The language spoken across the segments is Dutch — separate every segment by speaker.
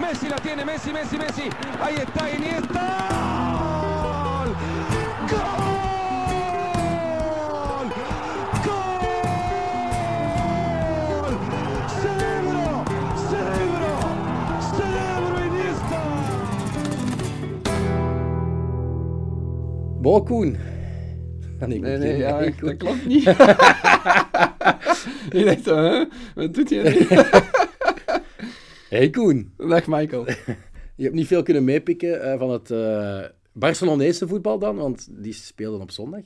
Speaker 1: Messi la tiene, Messi, Messi, Messi. Ahí está Iniesta. ¡Gol! ¡Gol! ¡Gol! ¡Cerebro! ¡Cerebro! ¡Cerebro Iniesta!
Speaker 2: Balkoen. Nee,
Speaker 3: Nee, nee,
Speaker 2: nee,
Speaker 3: ja,
Speaker 2: nee,
Speaker 3: echt,
Speaker 2: goed.
Speaker 3: dat klopt niet. Je denkt, hè? Wat doet hij?
Speaker 2: Hey Koen,
Speaker 3: Dag Michael.
Speaker 2: je hebt niet veel kunnen meepikken eh, van het eh Barcelonese voetbal dan, want die speelden op zondag.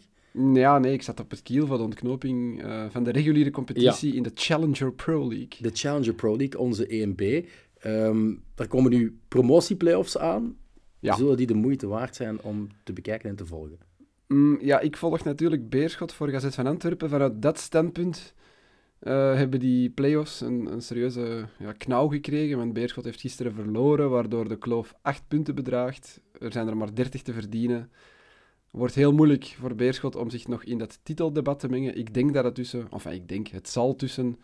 Speaker 3: Ja, nee, ik zat op het kiel van de ontknoping eh, van de reguliere competitie in de Challenger Pro League.
Speaker 2: De Challenger Pro League, onze EMB. Ehm, daar komen nu promotieplayoffs aan.
Speaker 3: Ja.
Speaker 2: Zullen die de moeite waard zijn om te bekijken en te volgen?
Speaker 3: Mm, ja, ik volg natuurlijk Beerschot voor Gazet van Antwerpen. Vanuit dat standpunt eh, hebben die play-offs een, een serieuze ja, knauw gekregen. Want Beerschot heeft gisteren verloren, waardoor de kloof 8 punten bedraagt. Er zijn er maar 30 te verdienen. Wordt heel moeilijk voor Beerschot om zich nog in dat titeldebat te mengen. Ik denk dat het tussen, of ik denk, het zal tussen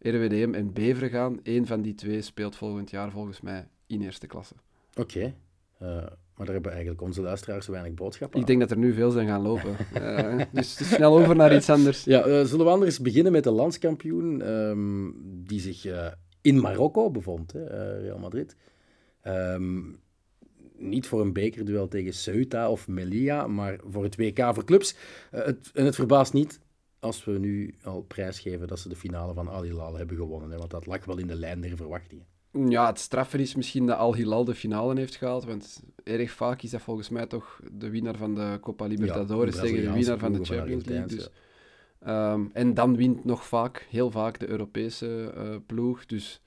Speaker 3: RWDM en Beveren gaan. Eén van die twee speelt volgend jaar volgens mij in eerste klasse.
Speaker 2: Oké. Eh, maar daar hebben eigenlijk onze luisteraars zo weinig boodschap aan.
Speaker 3: Ik denk dat er nu veel zijn gaan lopen. Eh, dus, dus snel over naar iets anders.
Speaker 2: Ja, eh, zullen we anders beginnen met de landskampioen ehm, die zich eh, in Marokko bevond, hè, eh, Real Madrid. Ehm, niet voor een bekerduel tegen Ceuta of Melilla, maar voor het WK voor clubs. Eh, het, en het verbaast niet als we nu al prijsgeven dat ze de finale van Al Hilal hebben gewonnen. Hè, want dat lag wel in de lijn der verwachtingen.
Speaker 3: Ja, het straffer is misschien dat Al Hilal de finale heeft gehaald. Want erg vaak is dat volgens mij toch de winnaar van de Copa Libertadores
Speaker 2: de
Speaker 3: tegen de
Speaker 2: Braziliaanse
Speaker 3: winnaar van de
Speaker 2: ploegen van
Speaker 3: Champions League. Dus,
Speaker 2: Argentijnse.
Speaker 3: ehm, en dan wint nog vaak, heel vaak, de Europese eh, ploeg. Dus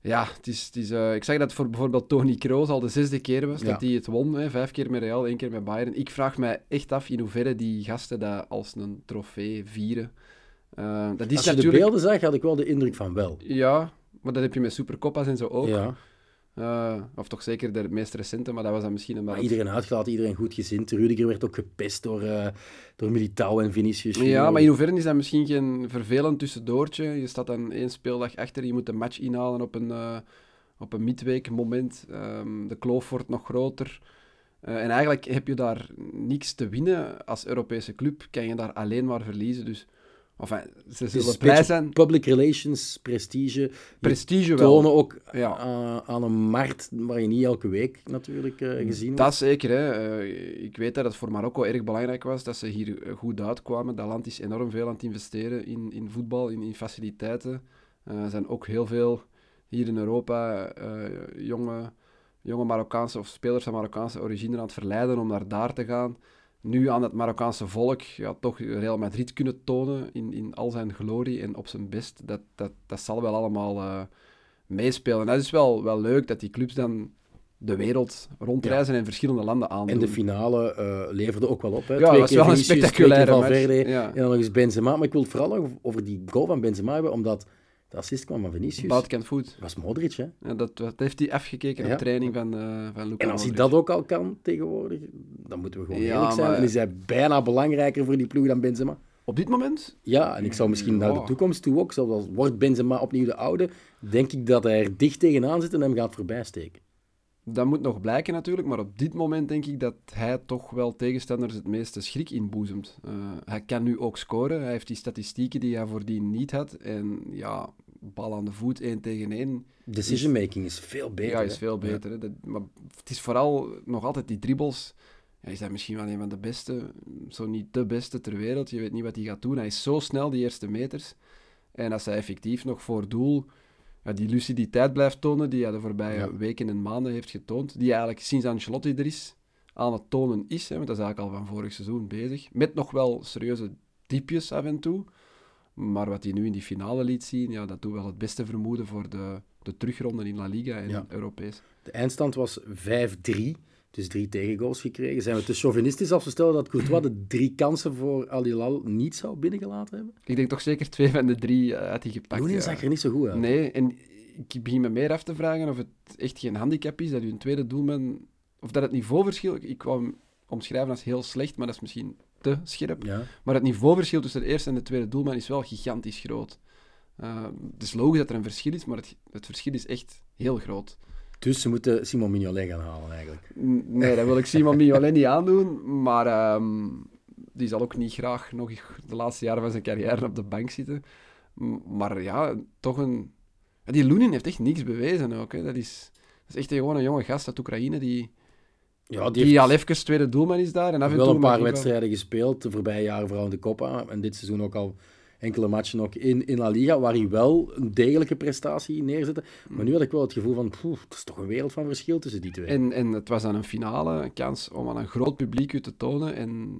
Speaker 3: ja, het is, het is, eh, ik zag dat voor bijvoorbeeld Tony Kroos al de zesde keer was
Speaker 2: Ja.
Speaker 3: dat hij het won. Hè, vijf keer met Real, één keer met Bayern. Ik vraag mij echt af in hoeverre die gasten dat als een trofee vieren. Ehm, dat is
Speaker 2: Als je de
Speaker 3: natuurlijk...
Speaker 2: beelden zag, had ik wel de indruk van wel.
Speaker 3: Ja, maar dat heb je met Supercoppa's en zo ook.
Speaker 2: Ja.
Speaker 3: Eh, of toch zeker de meest recente, maar dat was dan misschien omdat...
Speaker 2: Maar
Speaker 3: het-
Speaker 2: iedereen uitgelaten, iedereen goed gezind. Rudiger werd ook gepest door, eh, door Militao en Vinicius.
Speaker 3: Ja,
Speaker 2: Junior.
Speaker 3: maar in hoeverre is dat misschien geen vervelend tussendoortje? Je staat dan één speeldag achter, je moet de match inhalen op een, eh op een midweekmoment. Ehm, de kloof wordt nog groter. Eh, en eigenlijk heb je daar niks te winnen als Europese club. Kan je daar alleen maar verliezen. Dus, enfin, ze
Speaker 2: Het is
Speaker 3: zullen
Speaker 2: een beetje
Speaker 3: blij zijn.
Speaker 2: Public relations, prestige. Je
Speaker 3: Prestige wel.
Speaker 2: tonen ook
Speaker 3: Ja.
Speaker 2: aan, aan een markt waar je niet elke week natuurlijk eh, gezien wordt.
Speaker 3: Mm, Dat zeker. Hè. Eh, ik weet dat het voor Marokko erg belangrijk was dat ze hier eh, goed uitkwamen. Dat land is enorm veel aan het investeren in, in voetbal, in, in faciliteiten. Eh, er zijn ook heel veel hier in Europa eh, jonge, jonge Marokkaanse of spelers van Marokkaanse origine aan het verleiden om naar daar te gaan. Nu aan het Marokkaanse volk ja, toch Real Madrid kunnen tonen in, in al zijn glorie en op zijn best. Dat, dat, dat zal wel allemaal eh, meespelen. En dat is wel, wel leuk dat die clubs dan de wereld rondreizen en verschillende landen aandoen.
Speaker 2: En de finale eh, leverde ook wel op. Hè.
Speaker 3: Ja, was wel een spectaculaire
Speaker 2: twee keer
Speaker 3: match.
Speaker 2: Valverde
Speaker 3: Ja.
Speaker 2: En dan nog eens Benzema. Maar ik wil het vooral nog over die goal van Benzema hebben, omdat de assist kwam van Vinicius. Dat
Speaker 3: Boutkant voet.
Speaker 2: was Modric, hè.
Speaker 3: Ja, dat, dat heeft hij afgekeken
Speaker 2: Ja.
Speaker 3: op training van, eh van Luka
Speaker 2: En als hij
Speaker 3: Modric.
Speaker 2: dat ook al kan tegenwoordig, dan moeten we gewoon
Speaker 3: Ja,
Speaker 2: eerlijk zijn.
Speaker 3: maar-
Speaker 2: En is hij bijna belangrijker voor die ploeg dan Benzema.
Speaker 3: Op dit moment?
Speaker 2: Ja, en ik zou misschien naar de
Speaker 3: Ja.
Speaker 2: toekomst toe ook, zoals wordt Benzema opnieuw de oude, denk ik dat hij er dicht tegenaan zit en hem gaat voorbij steken.
Speaker 3: Dat moet nog blijken natuurlijk, maar op dit moment denk ik dat hij toch wel tegenstanders het meeste schrik inboezemt. Eh, hij kan nu ook scoren, hij heeft die statistieken die hij voordien niet had. En ja, bal aan de voet, één tegen één,
Speaker 2: Decision making is veel beter.
Speaker 3: ja, is
Speaker 2: hè.
Speaker 3: veel beter. Hè? Dat, maar het is vooral nog altijd die dribbles. Hij is dat misschien wel een van de beste, zo niet de beste ter wereld. Je weet niet wat hij gaat doen. Hij is zo snel die eerste meters. En als hij effectief nog voor doel ja, die luciditeit blijft tonen, die hij de voorbije
Speaker 2: Ja.
Speaker 3: weken en maanden heeft getoond, die hij eigenlijk sinds Ancelotti er is, aan het tonen is, hè, want dat is eigenlijk al van vorig seizoen bezig, met nog wel serieuze diepjes af en toe. Maar wat hij nu in die finale liet zien, ja, dat doet wel het beste vermoeden voor de, de terugronden in La Liga en
Speaker 2: Ja.
Speaker 3: Europees.
Speaker 2: De eindstand was 5-3, dus drie tegengoals gekregen. Zijn we te chauvinistisch als we stellen dat Courtois de drie kansen voor Al Hilal niet zou binnengelaten hebben?
Speaker 3: Ik denk toch zeker twee van de drie eh, had hij gepakt.
Speaker 2: Loenin
Speaker 3: ja.
Speaker 2: zag er niet zo goed uit.
Speaker 3: Nee, en ik begin me meer af te vragen of het echt geen handicap is dat je een tweede doelman... Of dat het niveauverschil... Ik kwam hem omschrijven als heel slecht, maar dat is misschien te scherp.
Speaker 2: Ja.
Speaker 3: Maar het niveauverschil tussen de eerste en de tweede doelman is wel gigantisch groot. Eh, het is logisch dat er een verschil is, maar het, het verschil is echt heel groot.
Speaker 2: Dus ze moeten Simon Mignolet gaan halen eigenlijk.
Speaker 3: N- Nee, dat wil ik Simon Mignolet niet aandoen. Maar ehm, die zal ook niet graag nog de laatste jaren van zijn carrière op de bank zitten. M- Maar ja, toch een... ja, Die Loenin heeft echt niks bewezen ook. Hè. Dat, is, dat is echt gewoon een jonge gast uit Oekraïne die,
Speaker 2: Ja,
Speaker 3: die,
Speaker 2: die heeft
Speaker 3: al even tweede doelman is daar. En af en
Speaker 2: wel
Speaker 3: toe
Speaker 2: een paar
Speaker 3: mag hij
Speaker 2: wedstrijden gespeeld, de voorbije jaren vooral in de Coppa. En dit seizoen ook al enkele matchen nog in, in La Liga, waar hij wel een degelijke prestatie neerzette. Maar nu had ik wel het gevoel van, poeh, het is toch een wereld van verschil tussen die twee.
Speaker 3: En, en het was dan een finale, een kans om aan een groot publiek u te tonen. En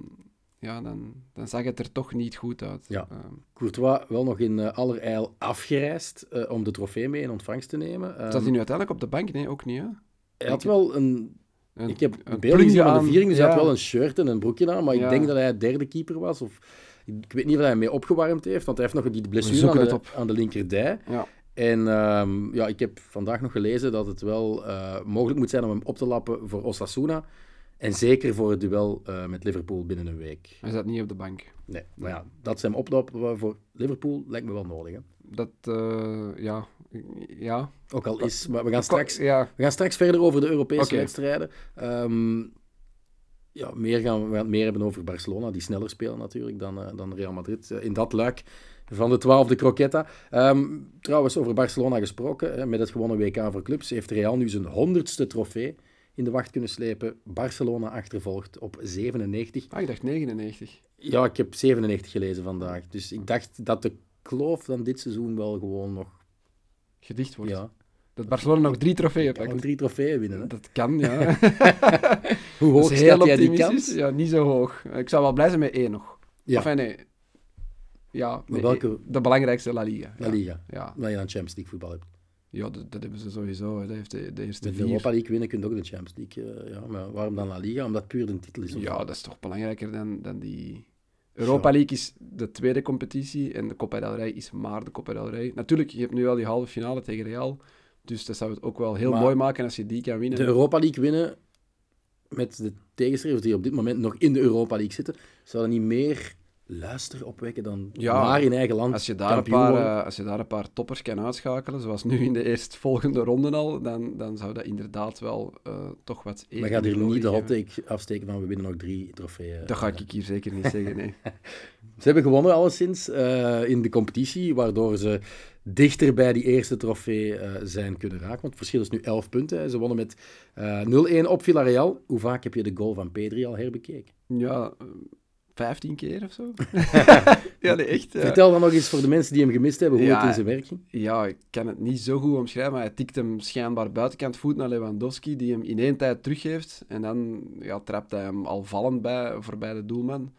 Speaker 3: ja, dan, dan zag het er toch niet goed uit.
Speaker 2: Ja.
Speaker 3: Ehm,
Speaker 2: Courtois wel nog in eh, allerijl afgereisd eh, om de trofee mee in ontvangst te nemen. Ehm,
Speaker 3: zat hij nu uiteindelijk op de bank? Nee, ook niet. Hè?
Speaker 2: hij had wel een...
Speaker 3: Een-
Speaker 2: ik heb een beeld
Speaker 3: plunje
Speaker 2: gezien van
Speaker 3: aan,
Speaker 2: de viering, dus hij
Speaker 3: ja.
Speaker 2: had wel een shirt en een broekje aan, maar ik
Speaker 3: Ja.
Speaker 2: denk dat hij derde keeper was. Of, ik weet niet of hij mee opgewarmd heeft, want hij heeft nog die blessure
Speaker 3: zoeken
Speaker 2: aan de,
Speaker 3: het op.
Speaker 2: aan de linkerdij.
Speaker 3: Ja.
Speaker 2: En ehm, ja, ik heb vandaag nog gelezen dat het wel eh, mogelijk moet zijn om hem op te lappen voor Osasuna. En zeker voor het duel eh, met Liverpool binnen een week.
Speaker 3: Hij zat niet op de bank.
Speaker 2: Nee, maar ja, dat ze hem oplappen voor Liverpool lijkt me wel nodig. Hè?
Speaker 3: Dat, eh, ja. ja.
Speaker 2: Ook al is, maar we gaan straks
Speaker 3: Ja,
Speaker 2: We gaan straks verder over de Europese
Speaker 3: Oké.
Speaker 2: wedstrijden. Ehm, ja, meer gaan we, we gaan het meer hebben over Barcelona, die sneller spelen natuurlijk dan, eh, dan Real Madrid. eh, in dat luik van de twaalfde croquetta. Ehm, trouwens, over Barcelona gesproken, hè, met het gewonnen WK voor clubs, heeft Real nu zijn honderdste trofee in de wacht kunnen slepen. Barcelona achtervolgt op 97.
Speaker 3: ah, ik dacht 99.
Speaker 2: Ja, ik heb 97 gelezen vandaag. Dus ik dacht dat de kloof dan dit seizoen wel gewoon nog...
Speaker 3: Gedicht wordt.
Speaker 2: Ja,
Speaker 3: Dat Barcelona nog drie trofeeën
Speaker 2: kan nog
Speaker 3: pakt.
Speaker 2: drie trofeeën winnen. Hè? Dus
Speaker 3: Dat kan,
Speaker 2: Hoe
Speaker 3: ja. Dat
Speaker 2: hoog
Speaker 3: is heel
Speaker 2: staat jij die kans?
Speaker 3: optimistisch. Ja, niet zo hoog. Ik zou wel blij zijn met één nog.
Speaker 2: Ja.
Speaker 3: Enfin, nee. Ja, nee,
Speaker 2: welke-
Speaker 3: De belangrijkste La Liga.
Speaker 2: La Liga.
Speaker 3: Ja,
Speaker 2: Omdat je dan Champions League voetbal hebt.
Speaker 3: ja dat, dat hebben ze sowieso. hè. Dat heeft de, de eerste
Speaker 2: De
Speaker 3: vier.
Speaker 2: Europa League winnen kun je ook de Champions League. eh, ja, maar waarom dan La Liga? Omdat het puur de titel is. of-
Speaker 3: Ja, dat is toch belangrijker dan, dan die... Europa League is de tweede competitie en de Copa del Rey is maar de Copa del Rey. Natuurlijk, je hebt nu wel die halve finale tegen Real, dus dat zou het ook wel heel
Speaker 2: Maar
Speaker 3: mooi maken als je die kan winnen.
Speaker 2: De Europa League winnen met de tegenstreven die op dit moment nog in de Europa League zitten, zou dat niet meer luister opwekken dan
Speaker 3: Ja,
Speaker 2: maar in eigen land
Speaker 3: Als je, daar een
Speaker 2: kampioen
Speaker 3: paar,
Speaker 2: worden?
Speaker 3: eh, als je daar een paar toppers kan uitschakelen, zoals nu in de eerstvolgende ronde al, dan, dan zou dat inderdaad wel eh, toch wat eer
Speaker 2: Maar gaat
Speaker 3: en
Speaker 2: er
Speaker 3: glorie
Speaker 2: niet de hot
Speaker 3: geven.
Speaker 2: take afsteken van we winnen nog drie trofeeën.
Speaker 3: Dat ga ik hier zeker niet zeggen, nee.
Speaker 2: Ze hebben gewonnen alleszins eh, in de competitie, waardoor ze dichter bij die eerste trofee eh, zijn kunnen raken. Want het verschil is nu 11 punten. hè. Ze wonnen met eh 0-1 op Villarreal. Hoe vaak heb je de goal van Pedri al herbekeken?
Speaker 3: Ja, eh, 15 keer of zo. ja, nee, echt. eh, ja.
Speaker 2: Vertel dan nog eens voor de mensen die hem gemist hebben hoe
Speaker 3: Ja.
Speaker 2: het in zijn werk ging.
Speaker 3: Ja, ik kan het niet zo goed omschrijven, maar hij tikt hem schijnbaar buitenkant voet naar Lewandowski, die hem in één tijd teruggeeft. En dan ja, trapt hij hem al vallend bij, voorbij de doelman.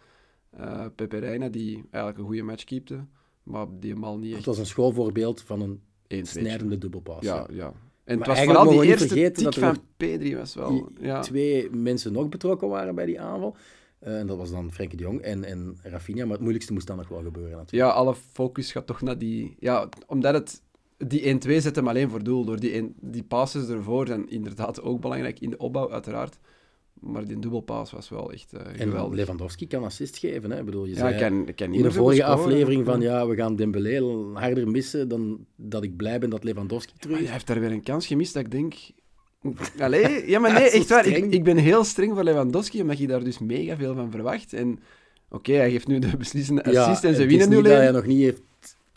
Speaker 3: Eh Pepe Reina, die eigenlijk een goede match keepte, maar die hem al niet
Speaker 2: Het
Speaker 3: echt
Speaker 2: was een schoolvoorbeeld van een
Speaker 3: één
Speaker 2: snijdende dubbelpaas.
Speaker 3: Ja,
Speaker 2: ja.
Speaker 3: ja. En
Speaker 2: Maar
Speaker 3: het was
Speaker 2: eigenlijk
Speaker 3: vooral
Speaker 2: mogen
Speaker 3: die
Speaker 2: we niet
Speaker 3: eerste
Speaker 2: vergeten
Speaker 3: tik
Speaker 2: dat er
Speaker 3: van Pedri was wel...
Speaker 2: Die
Speaker 3: Ja,
Speaker 2: Twee mensen nog betrokken waren bij die aanval. Eh, en dat was dan Frenkie de Jong en, en Rafinha. Maar het moeilijkste moest dan nog wel gebeuren natuurlijk.
Speaker 3: ja, alle focus gaat toch naar die... Ja, omdat het... Die 1-2 zet hem alleen voor doel. Door die, een- die passes ervoor zijn inderdaad ook belangrijk in de opbouw, uiteraard. Maar die dubbelpaas was wel echt eh
Speaker 2: En
Speaker 3: geweldig.
Speaker 2: Lewandowski kan assist geven. Hè? Ik bedoel, je
Speaker 3: Ja,
Speaker 2: zei,
Speaker 3: ik kan, ik kan niet
Speaker 2: in de
Speaker 3: meer veel
Speaker 2: vorige
Speaker 3: scoren.
Speaker 2: aflevering van ja, we gaan Dembélé harder missen dan dat ik blij ben dat Lewandowski terug
Speaker 3: Maar
Speaker 2: is.
Speaker 3: Hij heeft daar weer een kans gemist dat ik denk... Allee, ja, maar nee,
Speaker 2: Zo
Speaker 3: echt waar. Ik,
Speaker 2: streng.
Speaker 3: ik ben heel streng voor Lewandowski, omdat je daar dus mega veel van verwacht. En oké, hij geeft nu de beslissende
Speaker 2: Ja,
Speaker 3: Ah assist en ze
Speaker 2: het is
Speaker 3: winnen nu
Speaker 2: niet dat hij
Speaker 3: alleen.
Speaker 2: nog niet heeft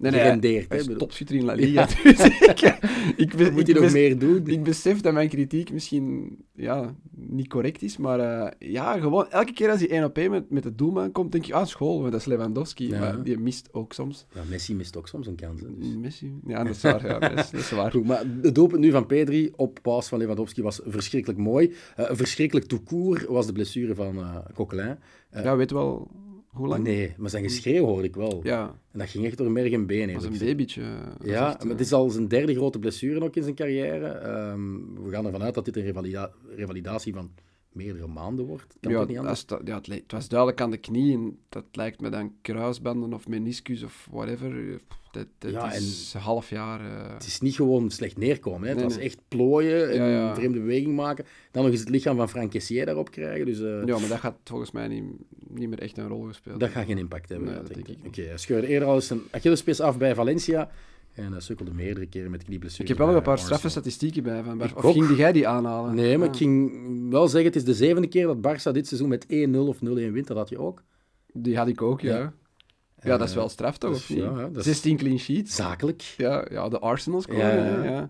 Speaker 3: Nee, nee, hij
Speaker 2: gerendeerd.
Speaker 3: hij
Speaker 2: hè,
Speaker 3: is
Speaker 2: bedoel.
Speaker 3: topschutter in La Liga. Dus ik, ik, ben-
Speaker 2: Moet
Speaker 3: ik
Speaker 2: hij nog
Speaker 3: bes-
Speaker 2: meer doen?
Speaker 3: ik besef dat mijn kritiek misschien ja, niet correct is, maar eh, ja, gewoon elke keer als hij 1 op 1 met, met de doelman komt, denk je, ah, school, want dat is Lewandowski.
Speaker 2: Ja.
Speaker 3: Maar die mist ook soms.
Speaker 2: Ja, Messi mist ook soms een kans. Hè, dus.
Speaker 3: Messi? Ja, dat is waar. Ja, dat is, dat is waar.
Speaker 2: Goed, maar het doelpunt nu van Pedri op paas van Lewandowski was verschrikkelijk mooi. Eh, verschrikkelijk toekoer was de blessure van eh Coquelin.
Speaker 3: Ja, weet wel hoe lang?
Speaker 2: Nee, maar zijn geschreeuw hoor ik wel.
Speaker 3: Ja, dat
Speaker 2: En dat ging echt door merg en been.
Speaker 3: was
Speaker 2: eerlijk
Speaker 3: een
Speaker 2: gezegd.
Speaker 3: babytje. Dat was
Speaker 2: Ja,
Speaker 3: echt,
Speaker 2: maar
Speaker 3: eh,
Speaker 2: het is al zijn derde grote blessure ook in zijn carrière. Ehm, we gaan ervan uit dat dit een revalida- revalidatie van meerdere maanden wordt. Kan
Speaker 3: ja,
Speaker 2: dat niet
Speaker 3: als
Speaker 2: anders?
Speaker 3: dat- ja, het, li- het was duidelijk aan de knie. En dat lijkt me dan kruisbanden of meniscus of whatever. Dat, dat
Speaker 2: Ja,
Speaker 3: is een half jaar. eh,
Speaker 2: Het is niet gewoon slecht neerkomen. Hè. Het
Speaker 3: Nee,
Speaker 2: was
Speaker 3: nee.
Speaker 2: echt plooien en
Speaker 3: Ja, ja.
Speaker 2: vreemde beweging maken. Dan nog eens het lichaam van Frank Kessier daarop krijgen. Dus eh,
Speaker 3: Ja, maar dat gaat volgens mij niet, niet meer echt een rol gespeeld.
Speaker 2: Dat gaat geen impact hebben,
Speaker 3: Nee,
Speaker 2: ja,
Speaker 3: dat
Speaker 2: denk
Speaker 3: denk
Speaker 2: ik.
Speaker 3: ik
Speaker 2: Oké, hij scheurde eerder al eens een Achillespees af bij Valencia. En hij sukkelde meerdere keren met knieblessures.
Speaker 3: Ik heb wel nog
Speaker 2: bij
Speaker 3: een paar
Speaker 2: Arsenal.
Speaker 3: straffe statistieken bij Van Bar.
Speaker 2: Ik
Speaker 3: Of
Speaker 2: ook.
Speaker 3: ging die jij die aanhalen?
Speaker 2: Nee, maar
Speaker 3: Ah.
Speaker 2: ik ging wel zeggen, het is de zevende keer dat Barça dit seizoen met 1-0 of 0-1 wint. Dat had je ook.
Speaker 3: Die had ik ook, ja.
Speaker 2: Ja.
Speaker 3: Ja, dat is wel straf toch?
Speaker 2: dus
Speaker 3: of niet?
Speaker 2: ja, hè, dat is-
Speaker 3: 16 clean sheets.
Speaker 2: Zakelijk.
Speaker 3: Ja, ja de Arsenal scoren.
Speaker 2: Ja, ja,
Speaker 3: hè,
Speaker 2: ja.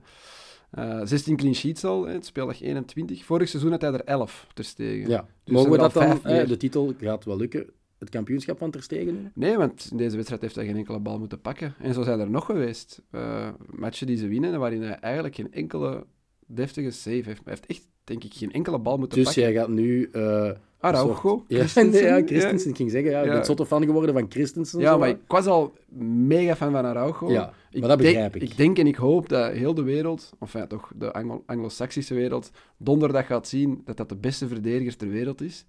Speaker 3: ja. Eh, 16 clean sheets al, hè, het speeldag 21. Vorig seizoen had hij er 11 ter stegen.
Speaker 2: Ja.
Speaker 3: er
Speaker 2: Mogen we
Speaker 3: al
Speaker 2: dat dan...
Speaker 3: Dus vijf meer.
Speaker 2: eh, de titel gaat wel lukken. Het kampioenschap van Ter Stegen nu?
Speaker 3: Nee, want in deze wedstrijd heeft hij geen enkele bal moeten pakken. En zo zijn er nog geweest. eh, matchen die ze winnen, waarin hij eigenlijk geen enkele deftige save heeft. Hij heeft echt, denk ik, geen enkele bal moeten
Speaker 2: Dus
Speaker 3: pakken.
Speaker 2: jij gaat nu... eh
Speaker 3: Araujo,
Speaker 2: Ja,
Speaker 3: Christensen,
Speaker 2: nee, ja,
Speaker 3: ja.
Speaker 2: Christensen. Ik ging zeggen, ja, ik
Speaker 3: Ja.
Speaker 2: ben zotte fan geworden van Christensen.
Speaker 3: Ja,
Speaker 2: zo.
Speaker 3: maar ik was al mega fan van Araujo.
Speaker 2: Ja,
Speaker 3: Ik
Speaker 2: maar dat
Speaker 3: denk-
Speaker 2: begrijp ik.
Speaker 3: Ik denk en ik hoop dat heel de wereld, of ja, toch de Anglo- anglo-saxische wereld, donderdag gaat zien dat dat de beste verdediger ter wereld is.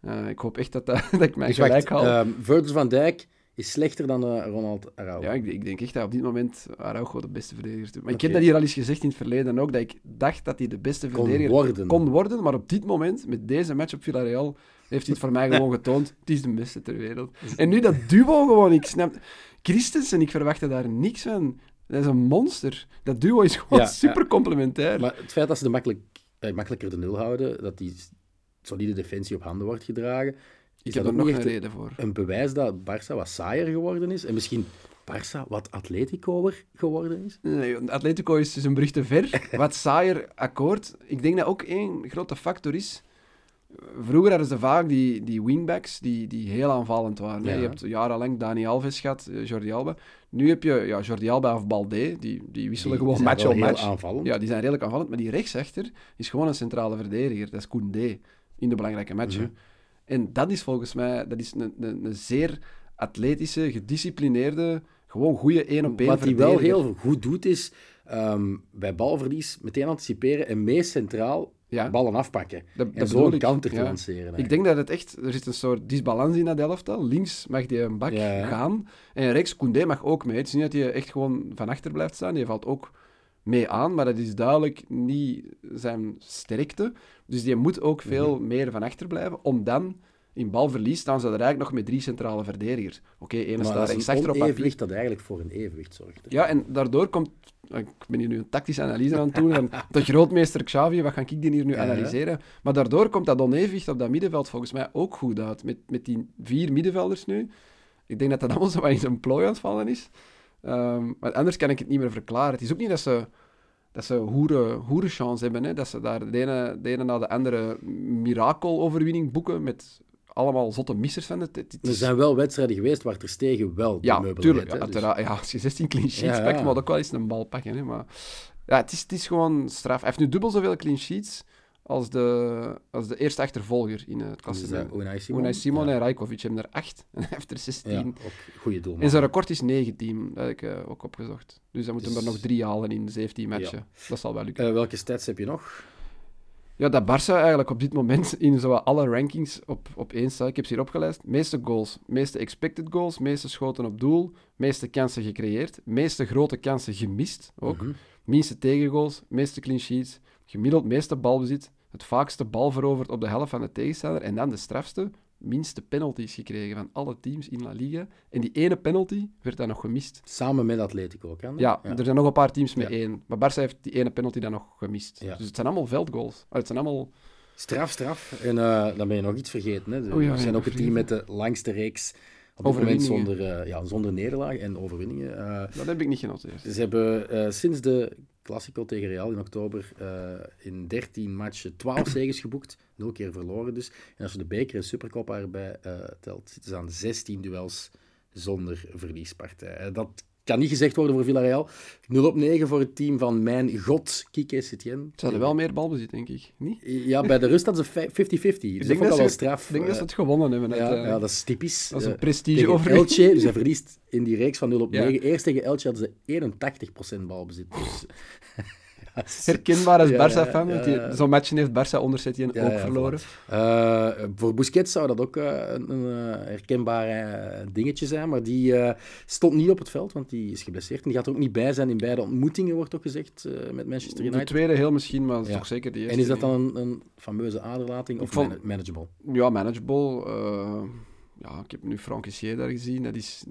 Speaker 3: Eh, ik hoop echt dat, dat, dat ik mij
Speaker 2: Dus
Speaker 3: gelijk
Speaker 2: wacht,
Speaker 3: haal.
Speaker 2: ehm, Virgil van Dijk is slechter dan eh, Ronald Araujo.
Speaker 3: ja, ik, ik denk echt dat op dit moment Araujo de beste verdediger is. Maar ik
Speaker 2: Oké.
Speaker 3: heb dat hier al eens gezegd in het verleden ook, dat ik dacht dat hij de beste
Speaker 2: kon
Speaker 3: verdediger
Speaker 2: worden.
Speaker 3: kon worden. Maar op dit moment, met deze match op Villarreal, heeft hij het voor mij gewoon getoond. Het is de beste ter wereld. En nu dat duo gewoon, ik snap... Christensen, ik verwachtte daar niks van. Dat is een monster. Dat duo is gewoon
Speaker 2: Ja, ja.
Speaker 3: super complementair.
Speaker 2: Maar het feit dat ze de makkelijk, eh, makkelijker de nul houden, dat die solide defensie op handen wordt gedragen, is
Speaker 3: ik heb
Speaker 2: dat
Speaker 3: er
Speaker 2: ook
Speaker 3: nog
Speaker 2: niet
Speaker 3: een
Speaker 2: echt een,
Speaker 3: reden voor.
Speaker 2: een bewijs dat Barça wat saaier geworden is. En misschien Barça wat atleticoer geworden is.
Speaker 3: Nee, want Atletico is dus een brug te ver. Wat saaier akkoord. Ik denk dat ook één grote factor is. Vroeger hadden ze vaak die, die wingbacks die, die heel aanvallend waren. hè.
Speaker 2: Ja.
Speaker 3: Je hebt jarenlang Dani Alves gehad, eh, Jordi Alba. Nu heb je ja, Jordi Alba of Balde, die, die wisselen
Speaker 2: Die- die
Speaker 3: gewoon
Speaker 2: zijn
Speaker 3: match
Speaker 2: wel
Speaker 3: op
Speaker 2: heel
Speaker 3: match.
Speaker 2: aanvallend.
Speaker 3: Ja, die zijn redelijk aanvallend. Maar die rechtsachter is gewoon een centrale verdediger. Dat is Koundé in de belangrijke matchen.
Speaker 2: Mhm.
Speaker 3: En dat is volgens mij dat is een, een, een zeer atletische, gedisciplineerde, gewoon goede één-op-één
Speaker 2: Wat hij
Speaker 3: verdediger.
Speaker 2: wel heel goed doet, is ehm, bij balverlies meteen anticiperen en meest centraal
Speaker 3: Ja.
Speaker 2: ballen afpakken.
Speaker 3: Dat-
Speaker 2: en
Speaker 3: dat
Speaker 2: zo
Speaker 3: bedoel
Speaker 2: een
Speaker 3: ik,
Speaker 2: counter te
Speaker 3: ja.
Speaker 2: lanceren.
Speaker 3: Ik
Speaker 2: eigenlijk.
Speaker 3: denk dat het echt, er is een soort disbalans in dat elftal. Links mag die een bak
Speaker 2: Ja, ja.
Speaker 3: gaan en rechts, Koundé mag ook mee. Het is niet dat hij echt gewoon van achter blijft staan, die valt ook mee aan, maar dat is duidelijk niet zijn sterkte. Dus die moet ook veel
Speaker 2: Mhm.
Speaker 3: meer van achter blijven, om dan in balverlies staan ze er eigenlijk nog met drie centrale verdedigers. Oké, ene
Speaker 2: maar
Speaker 3: staat
Speaker 2: dat
Speaker 3: rechts
Speaker 2: is een
Speaker 3: achter op papier.
Speaker 2: onevenwicht dat eigenlijk voor een evenwicht zorgt.
Speaker 3: Hm. Ja, en daardoor komt... Ik ben hier nu een tactische analyse aan het doen. Van de grootmeester Xavi, wat ga ik die hier nu
Speaker 2: Ja, ja.
Speaker 3: analyseren? Maar daardoor komt dat onevenwicht op dat middenveld volgens mij ook goed uit. Met, met die vier middenvelders nu. Ik denk dat dat allemaal zo wat in zijn plooi aan het vallen is. Ehm, maar anders kan ik het niet meer verklaren. Het is ook niet dat ze, dat ze hoeren, hoerenchance hebben. Hè? Dat ze daar de ene, de ene na de andere mirakeloverwinning boeken met allemaal zotte missers van het. het- het
Speaker 2: Er
Speaker 3: is-
Speaker 2: zijn wel wedstrijden geweest waar Ter Stegen wel de
Speaker 3: ja,
Speaker 2: meubel
Speaker 3: tuurlijk.
Speaker 2: deed, hè,
Speaker 3: Ja,
Speaker 2: dus-
Speaker 3: uiteraard. ja, als je 16 clean sheets
Speaker 2: Ja,
Speaker 3: pakt,
Speaker 2: ja.
Speaker 3: moet je ook wel eens een bal pakken. Hè, maar ja, het is, het is gewoon straf. Hij heeft nu dubbel zoveel clean sheets als de, als de eerste achtervolger in het klassement.
Speaker 2: Dus- eh, Unai Simon.
Speaker 3: eh, Unai Simon
Speaker 2: ja.
Speaker 3: en Rajkovic hebben er 8 en hij heeft er 16.
Speaker 2: Ja, ook goede doelman.
Speaker 3: En zijn record is 19, dat heb ik eh, ook opgezocht. Dus dan moeten we
Speaker 2: Dus-
Speaker 3: er nog drie halen in 17 matchen. Dat zal wel lukken.
Speaker 2: Eh, welke stats heb je nog?
Speaker 3: Ja, dat Barça eigenlijk op dit moment in zowat alle rankings op, op één staat. Ik heb ze hier opgelijst. Meeste goals, meeste expected goals, meeste schoten op doel, meeste kansen gecreëerd, meeste grote kansen gemist ook.
Speaker 2: Mhm.
Speaker 3: Minste tegengoals, meeste clean sheets, gemiddeld meeste balbezit, het vaakste bal veroverd op de helft van de tegenstander en dan de strafste, minste penalties gekregen van alle teams in La Liga. En die ene penalty werd dan nog gemist.
Speaker 2: Samen met Atletico, kan dat?
Speaker 3: Ja, er zijn nog een paar teams met
Speaker 2: Ja.
Speaker 3: één. Maar Barça heeft die ene penalty dan nog gemist.
Speaker 2: Ja.
Speaker 3: Dus het zijn allemaal veldgoals. Ah, het zijn allemaal...
Speaker 2: Straf, straf. En eh, dan ben je nog iets vergeten. Hè. De-
Speaker 3: Oh ja,
Speaker 2: we zijn
Speaker 3: ja,
Speaker 2: ook het team met de langste reeks op dit moment
Speaker 3: Overwinningen.
Speaker 2: zonder, eh, ja, zonder nederlagen en overwinningen. Eh,
Speaker 3: Dat heb ik niet genoteerd.
Speaker 2: ze hebben eh, sinds de Classico tegen Real in oktober eh, in 13 matchen 12 zegens geboekt, 0 keer verloren dus. En als je de beker en Supercoppa erbij eh, telt, zitten ze aan 16 duels zonder verliespartij. Eh, dat kan niet gezegd worden voor Villarreal. 0 op 9 voor het team van mijn god, Kike Setien.
Speaker 3: Ze hadden wel meer balbezit, denk ik. Niet?
Speaker 2: Ja, bij de rust hadden ze fi- 50-50. Dus dat
Speaker 3: denk
Speaker 2: vond ik
Speaker 3: dat
Speaker 2: al wel
Speaker 3: ze-
Speaker 2: straf.
Speaker 3: Ik denk dat ze
Speaker 2: Eh,
Speaker 3: het gewonnen hebben.
Speaker 2: ja,
Speaker 3: uiteindelijk.
Speaker 2: ja, dat is typisch.
Speaker 3: dat is een
Speaker 2: Eh,
Speaker 3: prestige
Speaker 2: tegen
Speaker 3: overwinning.
Speaker 2: Elche, dus hij verliest in die reeks van 0 op
Speaker 3: Ja.
Speaker 2: 9. Eerst tegen Elche hadden ze 81% balbezit. Dus... Ja, s-
Speaker 3: Herkenbaar als
Speaker 2: Ja,
Speaker 3: Barca-fan,
Speaker 2: ja,
Speaker 3: want
Speaker 2: ja,
Speaker 3: die-
Speaker 2: ja.
Speaker 3: zo'n match heeft Barca onder Setien
Speaker 2: Ja,
Speaker 3: ook
Speaker 2: ja,
Speaker 3: verloren.
Speaker 2: Eh, voor Busquets zou dat ook eh, een, een, eh, herkenbaar eh, dingetje zijn, maar die eh, stond niet op het veld, want die is geblesseerd. En die gaat er ook niet bij zijn in beide ontmoetingen, wordt ook gezegd, eh, met Manchester
Speaker 3: De
Speaker 2: United.
Speaker 3: tweede heel misschien, maar dat is
Speaker 2: Ja.
Speaker 3: toch zeker de eerste.
Speaker 2: En is dat
Speaker 3: niet.
Speaker 2: dan een, een fameuze aderlating of
Speaker 3: Ik vond-
Speaker 2: mana- manageable?
Speaker 3: Ja, manageable. eh, ja, ik heb nu Frank daar gezien. Dat is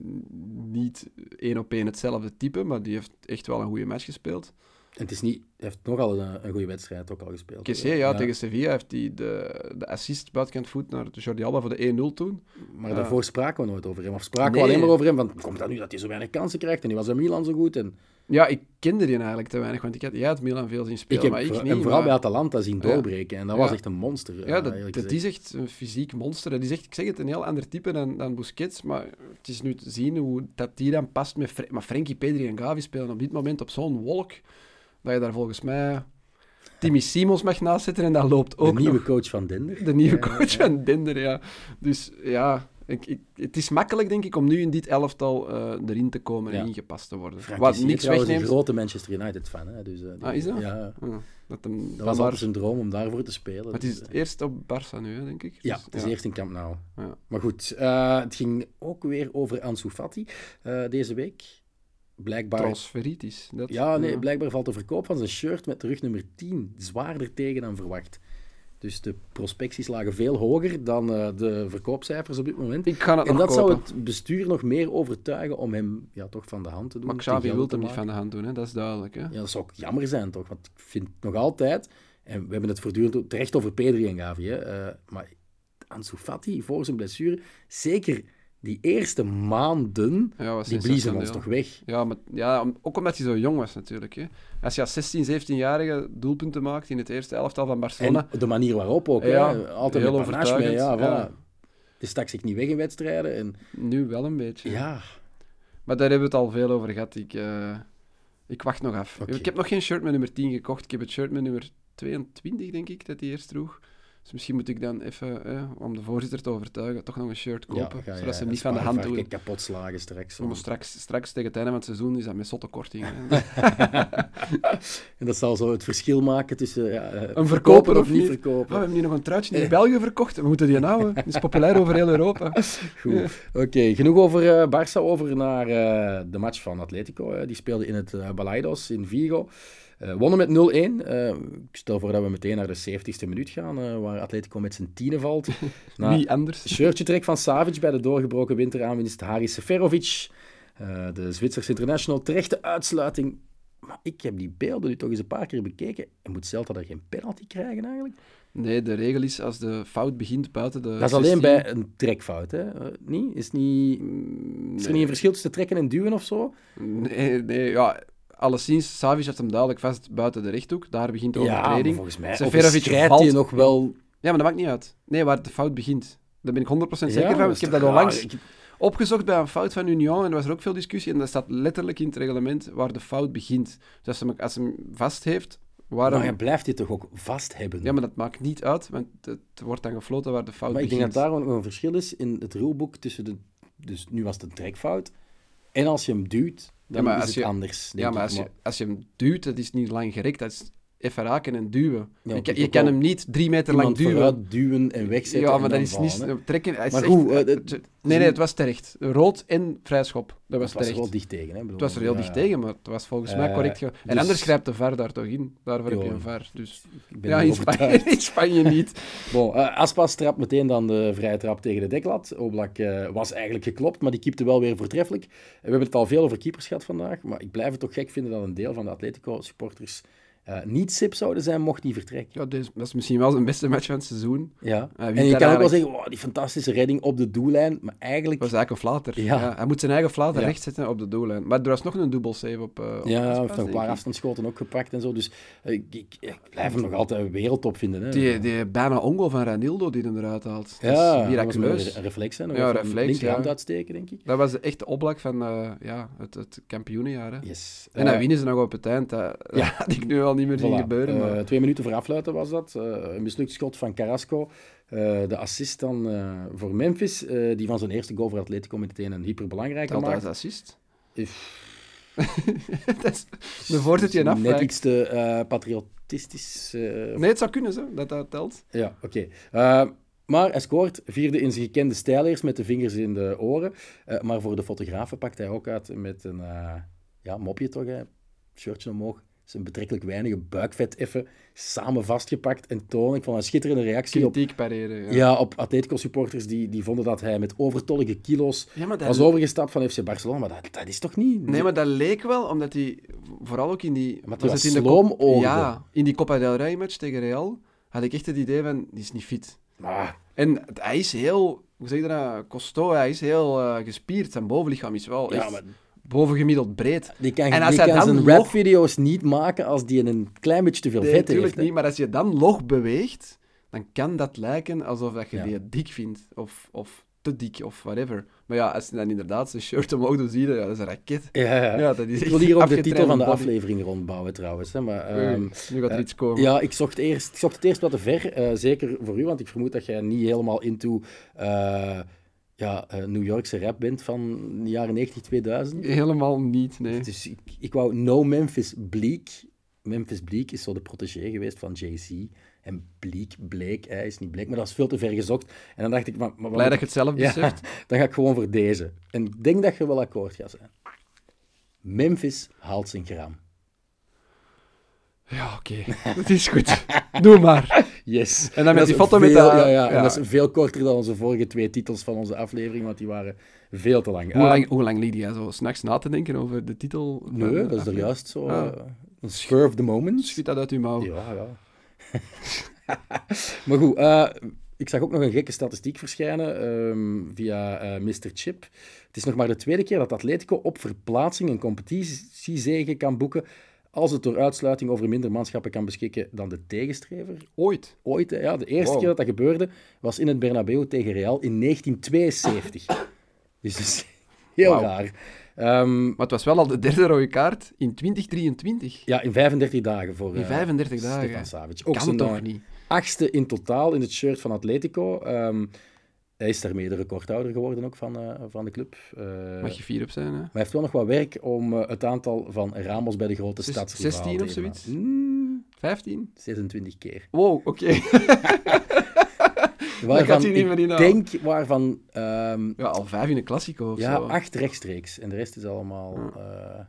Speaker 3: niet één op één hetzelfde type, maar die heeft echt wel een goede match gespeeld.
Speaker 2: En het is niet, hij heeft nogal een, een goede wedstrijd ook al gespeeld.
Speaker 3: Kessier, ja, tegen Sevilla heeft hij de, de assist buitenkant voet naar Jordi Alba voor de 1-0 toen.
Speaker 2: Maar
Speaker 3: Ja.
Speaker 2: daarvoor spraken we nooit over hem. Of spraken
Speaker 3: Nee.
Speaker 2: we alleen maar over hem van, komt dat nu dat hij zo weinig kansen krijgt? En die was bij Milan zo goed. En
Speaker 3: Ja, ik kende die eigenlijk te weinig, want ik had, jij had Milan veel zien spelen,
Speaker 2: ik heb
Speaker 3: maar ik
Speaker 2: voor-
Speaker 3: niet.
Speaker 2: hem vooral
Speaker 3: maar-
Speaker 2: bij Atalanta zien
Speaker 3: Ja.
Speaker 2: doorbreken. En dat
Speaker 3: Ja.
Speaker 2: was echt een monster. eh,
Speaker 3: Ja, dat,
Speaker 2: eerlijk
Speaker 3: dat
Speaker 2: gezegd.
Speaker 3: is echt een fysiek monster. Dat is echt, ik zeg het, een heel ander type dan, dan Busquets. Maar het is nu te zien hoe dat die dan past met... Fre- maar Frenkie, Pedri en Gavi spelen op dit moment op zo'n wolk, dat je daar volgens mij Timmy Simons mag naast zitten en dat loopt ook
Speaker 2: de nieuwe
Speaker 3: nog.
Speaker 2: coach van Dender.
Speaker 3: De nieuwe coach van Dender, ja. Dus ja, ik, ik, het is makkelijk, denk ik, om nu in dit elftal eh, erin te komen en
Speaker 2: Ja.
Speaker 3: ingepast te worden.
Speaker 2: Frank
Speaker 3: Wat
Speaker 2: is hier
Speaker 3: niks
Speaker 2: trouwens
Speaker 3: wegneemt.
Speaker 2: een grote Manchester United fan. Hè? Dus, eh, die-
Speaker 3: Ah, is dat?
Speaker 2: Ja,
Speaker 3: Ja, dat hem,
Speaker 2: dat was
Speaker 3: maar,
Speaker 2: altijd zijn droom om daarvoor te spelen.
Speaker 3: maar het
Speaker 2: Dus,
Speaker 3: is
Speaker 2: eh,
Speaker 3: eerst op Barça nu, hè, denk ik.
Speaker 2: Ja,
Speaker 3: Dus,
Speaker 2: het is eerst in Camp Nou.
Speaker 3: Ja.
Speaker 2: Maar goed, eh, het ging ook weer over Ansu Fati eh, deze week. Blijkbaar...
Speaker 3: Transferitisch. Dat,
Speaker 2: Ja, nee, blijkbaar valt de verkoop van zijn shirt met rug nummer 10 zwaarder tegen dan verwacht. Dus de prospecties lagen veel hoger dan eh, de verkoopcijfers op dit moment.
Speaker 3: Ik ga het
Speaker 2: en
Speaker 3: nog
Speaker 2: dat zou
Speaker 3: kopen.
Speaker 2: het bestuur nog meer overtuigen om hem ja, toch van de hand te doen.
Speaker 3: Maar
Speaker 2: tegen
Speaker 3: Xavi
Speaker 2: geld
Speaker 3: wil
Speaker 2: te
Speaker 3: hem niet
Speaker 2: maken.
Speaker 3: van de hand doen, hè? dat is duidelijk. Hè?
Speaker 2: Ja, dat zou ook jammer zijn, toch? Want ik vind nog altijd... En we hebben het voortdurend terecht over Pedri en Gavi, hè. eh, maar Ansu Fati, voor zijn blessure, zeker die eerste maanden,
Speaker 3: Ja, was
Speaker 2: die bliezen ons
Speaker 3: sensationeel.
Speaker 2: toch weg.
Speaker 3: Ja, maar, ja om- ook omdat hij zo jong was natuurlijk. Hè? Als je als 16, 17-jarige doelpunten maakt in het eerste elftal van Barcelona,
Speaker 2: En de manier waarop ook.
Speaker 3: Ja,
Speaker 2: hè. Altijd
Speaker 3: heel
Speaker 2: met panache mee. Ja,
Speaker 3: overtuigend, ja.
Speaker 2: voilà. Die stak zich niet weg in wedstrijden. En,
Speaker 3: nu wel een beetje.
Speaker 2: ja,
Speaker 3: Maar daar hebben we het al veel over gehad. Ik, eh, ik wacht nog af.
Speaker 2: Oké.
Speaker 3: Ik heb nog geen shirt met nummer 10 gekocht. Ik heb het shirt met nummer 22, denk ik, dat hij eerst droeg. Dus misschien moet ik dan even, eh, om de voorzitter te overtuigen, toch nog een shirt kopen.
Speaker 2: ja, ga
Speaker 3: zodat
Speaker 2: jij
Speaker 3: ze hem niet van de hand
Speaker 2: spaarvarken
Speaker 3: doen.
Speaker 2: kapot slagen straks.
Speaker 3: Om straks, straks tegen het einde van het seizoen is dat met zotte korting. hè.
Speaker 2: En dat zal zo het verschil maken tussen ja, eh,
Speaker 3: verkoper
Speaker 2: verkopen
Speaker 3: of
Speaker 2: of niet
Speaker 3: niet.
Speaker 2: verkopen.
Speaker 3: Oh, we hebben hier nog een truitje
Speaker 2: eh.
Speaker 3: in België verkocht. We moeten die nou, hè. Het is populair over heel Europa.
Speaker 2: Goed. Oké, genoeg over eh, Barça. Over naar eh, de match van Atletico. eh. die speelde in het eh, Balaidos in Vigo. Eh, wonnen met 0-1. Eh, ik stel voor dat we meteen naar de 70ste minuut gaan, eh, waar Atletico met zijn tienen valt. Na
Speaker 3: Wie anders?
Speaker 2: Shirtje trek van Savic bij de doorgebroken winteraanwinst Haris Seferovic. Eh, de Zwitserse international terechte uitsluiting. Maar ik heb die beelden nu toch eens een paar keer bekeken. En moet Celta daar geen penalty krijgen eigenlijk?
Speaker 3: Nee, de regel is als de fout begint buiten de.
Speaker 2: Dat is alleen bij een trekfout, hè? Eh, niet? Is, niet, is er niet een verschil tussen trekken en duwen of zo?
Speaker 3: Nee, nee, ja. Alleszins, Savic had hem duidelijk vast buiten de rechthoek. Daar begint de
Speaker 2: maar
Speaker 3: overtreding.
Speaker 2: volgens mij.
Speaker 3: Seferovic
Speaker 2: schrijft
Speaker 3: valt.
Speaker 2: je nog wel...
Speaker 3: Ja, maar dat maakt niet uit. Nee, waar de fout begint. Daar ben ik 100% zeker
Speaker 2: Ja,
Speaker 3: van. want
Speaker 2: is
Speaker 3: Ik heb
Speaker 2: toch
Speaker 3: dat al langs
Speaker 2: raar? Ik-
Speaker 3: opgezocht bij een fout van Union en er was er ook veel discussie. En dat staat letterlijk in het reglement waar de fout begint. Dus als ze hem, als ze hem vast heeft, waarom.
Speaker 2: Maar je blijft dit toch ook vast hebben?
Speaker 3: Ja, maar dat maakt niet uit, want het wordt dan gefloten waar de fout
Speaker 2: Maar ik denk
Speaker 3: begint.
Speaker 2: dat daar ook nog een verschil is in het ruleboek tussen de... Dus nu was het een trekfout. En als je hem duwt, dan
Speaker 3: maar
Speaker 2: is
Speaker 3: als
Speaker 2: het
Speaker 3: je-
Speaker 2: anders. denk
Speaker 3: ja, maar
Speaker 2: ik.
Speaker 3: als je, als je hem duwt, dat is niet lang gerekt, dat is even raken en duwen.
Speaker 2: Ja,
Speaker 3: je
Speaker 2: ik
Speaker 3: kan,
Speaker 2: ook
Speaker 3: je kan
Speaker 2: wel.
Speaker 3: hem niet drie meter
Speaker 2: iemand
Speaker 3: lang duwen.
Speaker 2: vooruit duwen en wegzetten
Speaker 3: Ja,
Speaker 2: en
Speaker 3: maar dat
Speaker 2: dan
Speaker 3: is
Speaker 2: vallen,
Speaker 3: niet
Speaker 2: hè.
Speaker 3: trekken. hij is
Speaker 2: Maar
Speaker 3: echt-
Speaker 2: goed, eh,
Speaker 3: het-
Speaker 2: het-
Speaker 3: het- nee, nee, het was terecht. Rood en vrijschop.
Speaker 2: Het
Speaker 3: Dat was
Speaker 2: was er
Speaker 3: terecht.
Speaker 2: wel dicht tegen. Hè?
Speaker 3: het was er heel dicht tegen, maar het was volgens mij
Speaker 2: Eh,
Speaker 3: correct. ge- en
Speaker 2: dus-
Speaker 3: anders grijpt de VAR daar toch in. Daarvoor heb je
Speaker 2: Ja.
Speaker 3: een VAR. Dus.
Speaker 2: Ik ben
Speaker 3: Ja, in
Speaker 2: ervan
Speaker 3: Spanje,
Speaker 2: overtuigd.
Speaker 3: in Spanje niet.
Speaker 2: Bon, eh, Aspas trapt meteen dan de vrije trap tegen de deklat. Oblak eh, was eigenlijk geklopt, maar die keepte wel weer voortreffelijk. En we hebben het al veel over keepers gehad vandaag, maar ik blijf het toch gek vinden dat een deel van de Atletico-supporters eh, niet sip zouden zijn mocht die vertrekken.
Speaker 3: Ja, dus, dat is misschien wel zijn beste match van het seizoen.
Speaker 2: Ja.
Speaker 3: Eh, wie
Speaker 2: en
Speaker 3: daar
Speaker 2: je kan ook wel
Speaker 3: eigenlijk-
Speaker 2: zeggen, wow, die fantastische redding op de doellijn, maar eigenlijk...
Speaker 3: Dat was eigenlijk een flater.
Speaker 2: Ja.
Speaker 3: Ja, hij moet zijn eigen flater
Speaker 2: Ja.
Speaker 3: recht zetten op de doellijn. Maar er was nog een dubbel save op. eh, op
Speaker 2: Ja, hij
Speaker 3: Aspas,
Speaker 2: heeft nog een
Speaker 3: denk
Speaker 2: paar
Speaker 3: ik.
Speaker 2: afstandsschoten ook gepakt en zo. Dus eh, ik, ik, ik blijf hem nog altijd een wereldtop vinden. Hè.
Speaker 3: Die, die bijna ongoal van Ranildo die hem eruit haalt.
Speaker 2: Ja,
Speaker 3: Dat is
Speaker 2: dat was maar
Speaker 3: miraculeus.
Speaker 2: een reflex. Hè, nog
Speaker 3: Ja,
Speaker 2: even een
Speaker 3: reflex,
Speaker 2: Linkerhand
Speaker 3: ja.
Speaker 2: uitsteken, denk ik.
Speaker 3: Dat was de echte opblak van eh, ja, het, het kampioenenjaar. hè.
Speaker 2: Yes.
Speaker 3: En
Speaker 2: Eh,
Speaker 3: dan winnen ze nog op het eind. Dat, dat
Speaker 2: Ja.
Speaker 3: had ik nu al niet meer zien
Speaker 2: voilà.
Speaker 3: gebeuren. Maar...
Speaker 2: Eh, twee minuten voor afluiten was dat. Eh, een mislukt schot van Carrasco. Eh, de assist dan eh, voor Memphis, eh, die van zijn eerste goal voor Atletico meteen een hyperbelangrijk
Speaker 3: dan
Speaker 2: had.
Speaker 3: maar als
Speaker 2: Dat
Speaker 3: assist.
Speaker 2: is
Speaker 3: dat is de voorzet die een
Speaker 2: net
Speaker 3: afwijkt.
Speaker 2: iets te eh, patriotistisch. eh,
Speaker 3: Nee, het zou kunnen zo, dat dat telt.
Speaker 2: Ja, oké. Eh, maar hij scoort, vierde in zijn gekende stijl eerst met de vingers in de oren. Eh, maar voor de fotografen pakt hij ook uit met een eh, ja, mopje toch, hè? shirtje omhoog. zijn betrekkelijk weinige buikvet even samen vastgepakt en tonen. Ik vond een schitterende reactie op,
Speaker 3: Kritiek pareren. Ja,
Speaker 2: ja, op Atletico-supporters die, die vonden dat hij met overtollige kilo's
Speaker 3: Ja, maar dat-
Speaker 2: was overgestapt van FC Barcelona. Maar dat, dat is toch niet...
Speaker 3: Nee, maar dat leek wel, omdat hij vooral ook in die...
Speaker 2: Maar die
Speaker 3: was
Speaker 2: was
Speaker 3: het in de
Speaker 2: sloom
Speaker 3: kop-
Speaker 2: oogde.
Speaker 3: Ja, in die Copa del Rey match tegen Real had ik echt het idee van, die is niet fit.
Speaker 2: Ah,
Speaker 3: En het- hij is heel, hoe zeg je dat nou, Costo, hij is heel eh, gespierd. Zijn bovenlichaam is wel
Speaker 2: ja,
Speaker 3: echt
Speaker 2: maar
Speaker 3: bovengemiddeld breed.
Speaker 2: die kan,
Speaker 3: En als
Speaker 2: die
Speaker 3: hij
Speaker 2: kan
Speaker 3: dan
Speaker 2: zijn
Speaker 3: nog-
Speaker 2: rap-video's niet maken als die een klein beetje te veel
Speaker 3: Nee,
Speaker 2: vet
Speaker 3: natuurlijk
Speaker 2: heeft. hè.
Speaker 3: niet, maar als je dan log beweegt, dan kan dat lijken alsof dat je
Speaker 2: Ja.
Speaker 3: die dik vindt. Of, of te dik, of whatever. Maar ja, als je dan inderdaad zijn shirt omhoog doet, zie je, ja, dat is een raket.
Speaker 2: Ja, ja.
Speaker 3: Ja, dat is
Speaker 2: Ik
Speaker 3: echt
Speaker 2: wil hier ook de
Speaker 3: afgetrainde
Speaker 2: titel van de
Speaker 3: body.
Speaker 2: aflevering rondbouwen trouwens. Hè, maar,
Speaker 3: Oei,
Speaker 2: ehm,
Speaker 3: nu gaat er
Speaker 2: eh,
Speaker 3: iets komen.
Speaker 2: Ja, ik zocht, eerst, ik zocht het eerst wat te ver. eh, zeker voor u, want ik vermoed dat jij niet helemaal into eh, ja, eh, New Yorkse rap bent van de jaren 90, 2000.
Speaker 3: Helemaal niet, nee.
Speaker 2: Dus ik, ik wou No Memphis Bleak. Memphis Bleak is zo de protégé geweest van Jay-Z. En Bleak, Bleek, hij is niet Bleek, maar dat is veel te ver gezocht. En dan dacht ik, maar, maar wat
Speaker 3: Blij
Speaker 2: moet
Speaker 3: dat je het zelf
Speaker 2: ja,
Speaker 3: beseft.
Speaker 2: dan ga ik gewoon voor deze. En ik denk dat je wel akkoord gaat zijn. Memphis haalt zijn kraam.
Speaker 3: Ja, oké. Het is goed. Doe maar.
Speaker 2: Yes.
Speaker 3: En dan met
Speaker 2: Dat
Speaker 3: die
Speaker 2: is
Speaker 3: foto met
Speaker 2: veel-
Speaker 3: dat-
Speaker 2: Ja, ja, en
Speaker 3: ja.
Speaker 2: dat is veel korter dan onze vorige twee titels van onze aflevering, want die waren veel te lang.
Speaker 3: Hoe
Speaker 2: Ah,
Speaker 3: lang, hoe lang liet jij zo s'nachts na te denken over de titel? van eh, de
Speaker 2: Nee, dat is er
Speaker 3: aflevering?
Speaker 2: juist zo.
Speaker 3: Ah.
Speaker 2: eh, een schurf the moment.
Speaker 3: Schiet dat uit uw mouw.
Speaker 2: Ja, ja. Oh. maar goed, eh, ik zag ook nog een gekke statistiek verschijnen ehm, via eh Mr. Chip. Het is nog maar de tweede keer dat Atletico op verplaatsing een competitiezege kan boeken als het door uitsluiting over minder manschappen kan beschikken dan de tegenstrever.
Speaker 3: Ooit.
Speaker 2: Ooit, hè, ja, de eerste
Speaker 3: Wow.
Speaker 2: keer dat dat gebeurde was in het Bernabeu tegen Real in 1972. dus dat is heel
Speaker 3: Wauw.
Speaker 2: raar. Ehm,
Speaker 3: Maar het was wel al de derde rode kaart in 2023.
Speaker 2: ja, in 35 dagen voor
Speaker 3: In
Speaker 2: eh,
Speaker 3: 35 dagen.
Speaker 2: Stefan Savic. Ook
Speaker 3: Kan
Speaker 2: zijn,
Speaker 3: toch
Speaker 2: eh,
Speaker 3: niet?
Speaker 2: achtste in totaal in het shirt van Atletico. Ehm, hij is daarmee de recordhouder geworden ook van, eh, van de club. Eh,
Speaker 3: Mag je vier op zijn, hè?
Speaker 2: Maar hij heeft wel nog wat werk om eh, het aantal van Ramos bij de grote
Speaker 3: Zes-
Speaker 2: stad
Speaker 3: 16 of zoiets?
Speaker 2: Hmm.
Speaker 3: 15?
Speaker 2: 26 Hm? keer.
Speaker 3: Wow, oké. gaat hij niet meer
Speaker 2: ik
Speaker 3: inhalen.
Speaker 2: denk waarvan ehm,
Speaker 3: Ja, al vijf in de Classico of
Speaker 2: ja,
Speaker 3: zo.
Speaker 2: acht rechtstreeks. En de rest is allemaal...
Speaker 3: Ja.
Speaker 2: eh,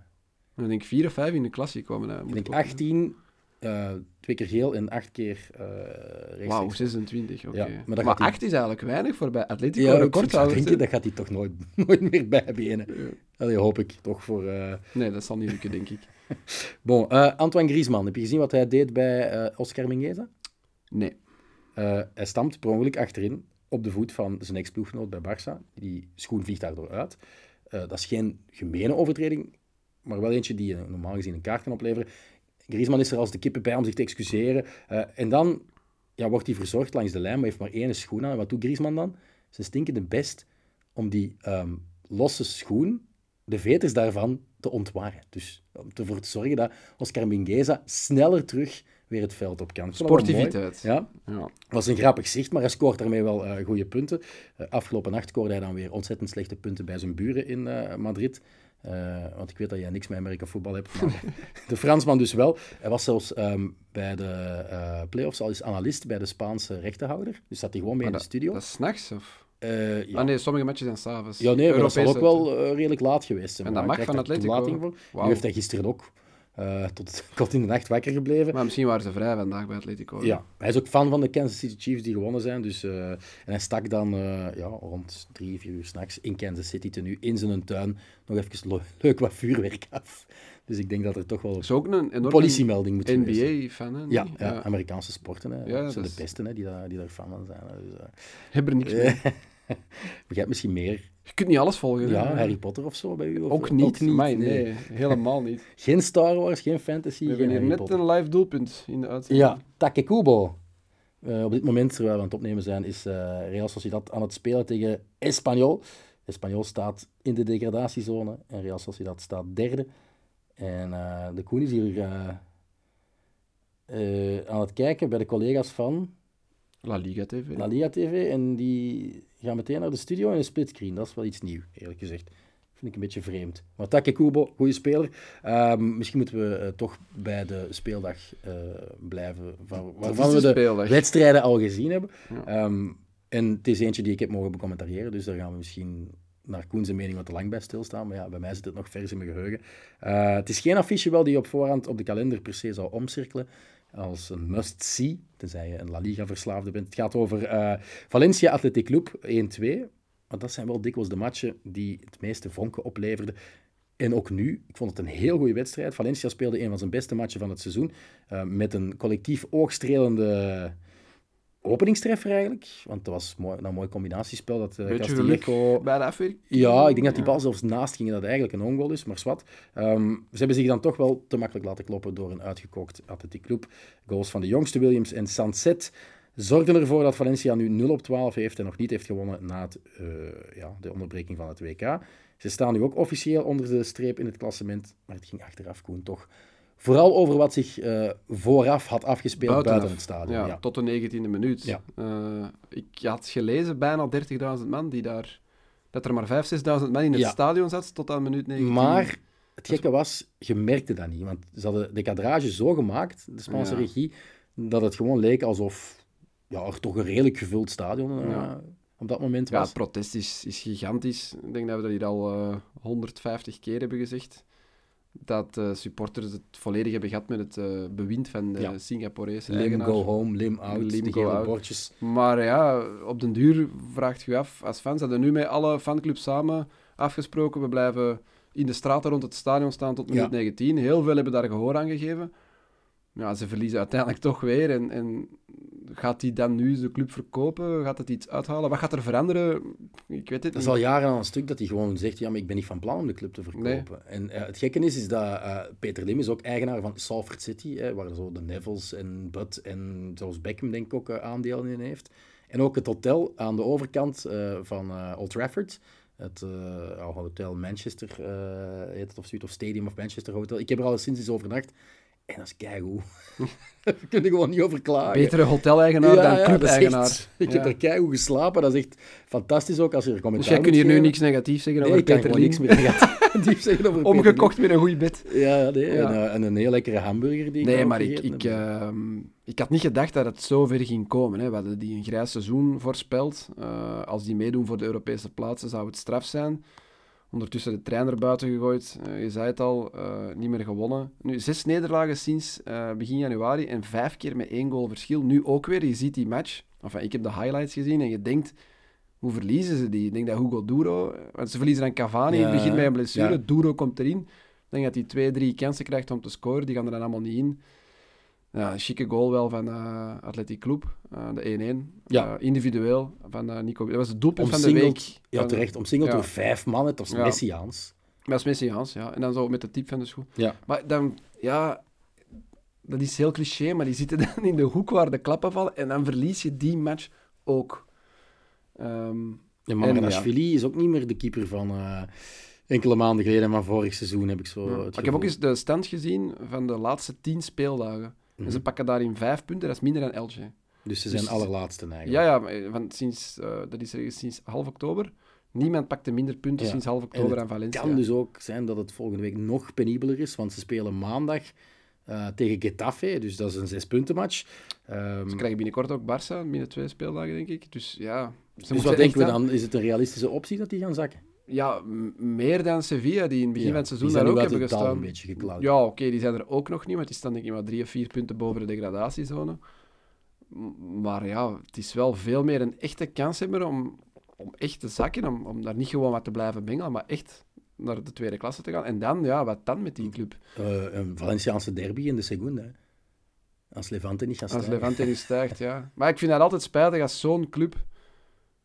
Speaker 3: Dan denk ik vier of vijf in de Classico. maar dat
Speaker 2: ik
Speaker 3: moet
Speaker 2: denk
Speaker 3: ook-
Speaker 2: 18, eh, twee keer geel en acht keer eh rechtstreeks.
Speaker 3: Wauw, 26, oké.
Speaker 2: Ja, maar
Speaker 3: maar
Speaker 2: dat gaat hij-
Speaker 3: 8 is eigenlijk weinig voor bij Atletico
Speaker 2: Ja, ik zou
Speaker 3: recordhouders.
Speaker 2: denken, dat gaat hij toch nooit, nooit meer bijbenen.
Speaker 3: Ja.
Speaker 2: Allee, hoop ik toch voor... eh,
Speaker 3: Nee, dat zal niet lukken, denk ik.
Speaker 2: Bon, eh, Antoine Griezmann, heb je gezien wat hij deed bij eh, Oscar Mingueza?
Speaker 3: Nee.
Speaker 2: Eh, hij stampt per ongeluk achterin op de voet van zijn ex-ploeggenoot bij Barça. Die schoen vliegt daardoor uit. Eh, dat is geen gemene overtreding, maar wel eentje die je normaal gezien een kaart kan opleveren. Griezmann is er als de kippen bij om zich te excuseren. Eh, en dan ja, wordt hij verzorgd langs de lijn, maar heeft maar één schoen aan. En wat doet Griezmann dan? Ze stinken de best om die ehm, losse schoen, de veters daarvan, te ontwaren. Dus om ervoor te zorgen dat Oscar Mingueza sneller terug weer het veld op kan. Ik vond dat wel mooi.
Speaker 3: Sportiviteit.
Speaker 2: Ja,
Speaker 3: Ja.
Speaker 2: was een grappig zicht, maar hij scoort daarmee wel eh, goede punten. Eh, afgelopen nacht scoorde hij dan weer ontzettend slechte punten bij zijn buren in eh, Madrid. Eh, want ik weet dat jij niks met Amerika voetbal hebt. Maar de Fransman dus wel. Hij was zelfs ehm, bij de eh playoffs al eens analist bij de Spaanse rechtenhouder. Dus zat hij gewoon mee
Speaker 3: Maar
Speaker 2: in de studio.
Speaker 3: Dat is 's nachts, of?
Speaker 2: Eh, ja.
Speaker 3: Ah nee, sommige matches zijn s'avonds.
Speaker 2: ja, nee, maar dat zal ook
Speaker 3: Europese
Speaker 2: wel eh, redelijk laat geweest zijn.
Speaker 3: En
Speaker 2: maar
Speaker 3: dat
Speaker 2: hij
Speaker 3: mag
Speaker 2: krijgt
Speaker 3: van
Speaker 2: daar
Speaker 3: Atletico.
Speaker 2: toelating voor.
Speaker 3: Wauw.
Speaker 2: Nu heeft hij gisteren ook eh, tot, tot in de nacht wakker gebleven.
Speaker 3: Maar misschien waren ze vrij vandaag bij Atletico. hè?
Speaker 2: Ja, hij is ook fan van de Kansas City Chiefs die gewonnen zijn. Dus, eh, en hij stak dan eh, ja, rond drie, vier uur s'nachts in Kansas City tenue in zijn tuin nog even lo- leuk wat vuurwerk af. Dus ik denk dat er toch wel
Speaker 3: Dat is ook een
Speaker 2: een
Speaker 3: enorme
Speaker 2: politiemelding moet geweest zijn.
Speaker 3: NBA-fan, hè?
Speaker 2: Ja,
Speaker 3: die?
Speaker 2: ja, Amerikaanse sporten. Hè.
Speaker 3: Ja,
Speaker 2: dat zijn
Speaker 3: dat is-
Speaker 2: de beste hè, die, daar, die daar fan van zijn. hè. Dus, eh,
Speaker 3: Hebben er niks mee.
Speaker 2: begrijp misschien meer.
Speaker 3: Je kunt niet alles volgen. hè?
Speaker 2: Ja, Harry Potter of zo bij u? Of, eh,
Speaker 3: Ook niet. Amai,
Speaker 2: nee.
Speaker 3: nee. helemaal niet.
Speaker 2: Geen Star Wars, geen fantasy,
Speaker 3: We hebben
Speaker 2: geen
Speaker 3: hier
Speaker 2: Harry
Speaker 3: net
Speaker 2: Potter.
Speaker 3: een live doelpunt in de uitzending.
Speaker 2: Ja, Takekubo. Eh, op dit moment, terwijl we aan het opnemen zijn, is eh, Real Sociedad aan het spelen tegen Espanyol. Espanyol staat in de degradatiezone en Real Sociedad staat derde. En eh, de Koen is hier eh, eh, aan het kijken bij de collega's van
Speaker 3: La Liga TV.
Speaker 2: La Liga TV. En die gaan meteen naar de studio en een splitscreen. Dat is wel iets nieuw, eerlijk gezegd. Vind ik een beetje vreemd. Maar Takekubo, goede speler. Ehm, misschien moeten we eh, toch bij de speeldag eh, blijven. Waar,
Speaker 3: Dat is
Speaker 2: waarvan we de,
Speaker 3: speeldag.
Speaker 2: wedstrijden al gezien hebben.
Speaker 3: Ja.
Speaker 2: Ehm, en het is eentje die ik heb mogen becommentariëren, dus daar gaan we misschien naar Koens mening wat te lang bij stilstaan. Maar ja, bij mij zit het nog vers in mijn geheugen. Eh, het is geen affiche wel die je op voorhand op de kalender per se zou omcirkelen. Als een must-see, tenzij je een La Liga-verslaafde bent. Het gaat over eh, Valencia Athletic Club 1-2. Maar dat zijn wel dikwijls de matchen die het meeste vonken opleverden. En ook nu, ik vond het een heel goede wedstrijd. Valencia speelde een van zijn beste matchen van het seizoen. eh, met een collectief oogstrelende openingstreffer eigenlijk. Want dat was mooi, een mooi combinatiespel. Dat, eh,
Speaker 3: Beetje geluk
Speaker 2: Castillejo-
Speaker 3: bij de afwerking.
Speaker 2: ja, ik denk dat die bal zelfs naast ging en dat het eigenlijk een ongoal is, maar zwart. Ehm, ze hebben zich dan toch wel te makkelijk laten kloppen door een uitgekookt Atletico Club. Goals van de jongste Williams en Sanset zorgden ervoor dat Valencia nu 0 op 12 heeft en nog niet heeft gewonnen na het, eh, ja, de onderbreking van het WK. Ze staan nu ook officieel onder de streep in het klassement, maar het ging achteraf Koen toch vooral over wat zich eh, vooraf had afgespeeld buiten,
Speaker 3: Buitenaf.
Speaker 2: het stadion.
Speaker 3: Ja,
Speaker 2: ja.
Speaker 3: tot de 19e minuut.
Speaker 2: Ja.
Speaker 3: Eh, ik had gelezen, bijna 30.000 man die daar... Dat er maar 5.000, 6.000 man in het
Speaker 2: Ja.
Speaker 3: stadion zat, tot aan minuut 19.
Speaker 2: Maar het gekke was, je merkte dat niet. Want ze hadden de kadrage zo gemaakt, de Spaanse
Speaker 3: Ja.
Speaker 2: regie, dat het gewoon leek alsof ja, er toch een redelijk gevuld stadion eh,
Speaker 3: Ja.
Speaker 2: op dat moment
Speaker 3: Ja,
Speaker 2: was.
Speaker 3: het protest is, is gigantisch. Ik denk dat we dat hier al eh, 150 keer hebben gezegd. Dat eh, supporters het volledig hebben gehad met het eh, bewind van de
Speaker 2: Ja.
Speaker 3: Singaporese
Speaker 2: Lim
Speaker 3: eigenaar.
Speaker 2: go home, lim out,
Speaker 3: Lim
Speaker 2: die
Speaker 3: go
Speaker 2: gele
Speaker 3: out.
Speaker 2: bordjes.
Speaker 3: Maar ja, op den duur vraagt u af, als fans hadden nu met alle fanclubs samen afgesproken, we blijven in de straten rond het stadion staan tot minuut
Speaker 2: Ja.
Speaker 3: 19. Heel veel hebben daar gehoor aan gegeven. Ja, ze verliezen uiteindelijk toch weer. En, en gaat die dan nu de club verkopen? Gaat het iets uithalen? Wat gaat er veranderen? Ik weet het
Speaker 2: Dat
Speaker 3: niet.
Speaker 2: is al jaren aan een stuk dat hij gewoon zegt, ja, maar ik ben niet van plan om de club te verkopen. En eh, het gekke is, is dat eh, Peter Lim is ook eigenaar van Salford City, hè, waar zo de Nevels en Bud en zelfs Beckham denk ik ook eh, aandelen in heeft. En ook het hotel aan de overkant eh, van eh, Old Trafford, het eh, Hotel Manchester eh, heet het of zoiets, of Stadium of Manchester Hotel. Ik heb er al sinds eens overnacht en dat is keigoed. Daar kun je gewoon niet over klagen.
Speaker 3: Betere hotel-eigenaar
Speaker 2: Ah, Ja,
Speaker 3: dan
Speaker 2: ja,
Speaker 3: club-eigenaar.
Speaker 2: dat is echt- Ik
Speaker 3: Ja.
Speaker 2: heb er keigoed geslapen. Dat is echt fantastisch ook als je er
Speaker 3: Dus
Speaker 2: commentaar
Speaker 3: jij kunt
Speaker 2: moet
Speaker 3: hier nu
Speaker 2: geven.
Speaker 3: niks negatiefs zeggen
Speaker 2: eh. Nee,
Speaker 3: over
Speaker 2: ik kan
Speaker 3: Peter
Speaker 2: gewoon
Speaker 3: Lim.
Speaker 2: niks meer negatief zeggen over Peter Lim.
Speaker 3: Omgekocht met een goed bed.
Speaker 2: Ja, nee,
Speaker 3: Ja.
Speaker 2: En, eh, en een heel lekkere hamburger die ik
Speaker 3: Nee,
Speaker 2: nou
Speaker 3: maar ik,
Speaker 2: gegeten
Speaker 3: ik,
Speaker 2: heb.
Speaker 3: ehm, ik had niet gedacht dat het zo ver ging komen. Hè. We hadden die een grijs seizoen voorspeld. Eh, als die meedoen voor de Europese plaatsen, zou het straf zijn. Ondertussen de trein er buiten gegooid. Eh, je zei het al, eh, niet meer gewonnen. Nu zes nederlagen sinds eh, begin januari en vijf keer met één goal verschil. Nu ook weer, je ziet die match. Enfin, ik heb de highlights gezien en je denkt, hoe verliezen ze die? Ik denk dat Hugo Duro... eh, Want ze verliezen aan Cavani,
Speaker 2: Ja,
Speaker 3: het begint met een blessure.
Speaker 2: ja.
Speaker 3: Duro komt erin. Ik denk dat hij twee, drie kansen krijgt om te scoren. Die gaan er dan allemaal niet in. Ja, een chique goal wel van eh Atletico Club, eh, de 1-1.
Speaker 2: Ja.
Speaker 3: Eh, individueel van eh, Nico. Dat was het doelpunt van de
Speaker 2: Omsingeld.
Speaker 3: week.
Speaker 2: Ja,
Speaker 3: Van-
Speaker 2: terecht. Omsingeld
Speaker 3: ja.
Speaker 2: door vijf mannen. Dat was
Speaker 3: Ja.
Speaker 2: Messiaans.
Speaker 3: Dat is Messiaans, ja. En dan zo met de type van de schoen.
Speaker 2: Ja.
Speaker 3: Maar dan, ja, dat is heel cliché, maar die zitten dan in de hoek waar de klappen vallen. En dan verlies je die match ook. Ehm,
Speaker 2: En
Speaker 3: ja.
Speaker 2: Maradashvili is ook niet meer de keeper van eh, enkele maanden geleden, maar vorig seizoen heb ik zo
Speaker 3: ja.
Speaker 2: het
Speaker 3: Maar ik heb
Speaker 2: gevoel.
Speaker 3: ook eens de stand gezien van de laatste tien speeldagen. En
Speaker 2: Mhm.
Speaker 3: ze pakken daarin vijf punten, dat is minder dan Elche.
Speaker 2: Dus ze zijn
Speaker 3: dus-
Speaker 2: allerlaatste
Speaker 3: Ja,
Speaker 2: eigenlijk.
Speaker 3: ja, maar, want sinds, eh, dat is ergens sinds half oktober. Niemand pakte minder punten
Speaker 2: Ja.
Speaker 3: sinds half
Speaker 2: En
Speaker 3: oktober
Speaker 2: het
Speaker 3: aan Valencia.
Speaker 2: kan dus ook zijn dat het volgende week nog penibeler is, want ze spelen maandag eh, tegen Getafe, dus dat is een zespuntenmatch. Ehm
Speaker 3: Ze krijgen binnenkort ook Barça, binnen twee speeldagen, denk ik. Dus ja... Ze
Speaker 2: dus
Speaker 3: moeten
Speaker 2: wat denken we
Speaker 3: echt aan-
Speaker 2: dan? Is het een realistische optie dat die gaan zakken?
Speaker 3: Ja, m- meer dan Sevilla, die in het begin
Speaker 2: Ja,
Speaker 3: van het seizoen
Speaker 2: die
Speaker 3: daar
Speaker 2: zijn nu uit
Speaker 3: ook hebben
Speaker 2: de dal
Speaker 3: gestaan.
Speaker 2: een beetje geklaut.
Speaker 3: Ja, oké, die zijn er ook nog niet, want die staan denk ik maar drie of vier punten boven de degradatiezone. M- Maar ja, het is wel veel meer een echte kans hebben om, om echt te zakken, om, om daar niet gewoon wat te blijven bengelen, maar echt naar de tweede klasse te gaan. En dan, ja, wat dan met die club?
Speaker 2: Eh, een Valenciaanse derby in de seconde. hè. Als Levante niet gaat
Speaker 3: Als
Speaker 2: staan.
Speaker 3: Levante nu stijgt, ja. Maar ik vind dat altijd spijtig als zo'n club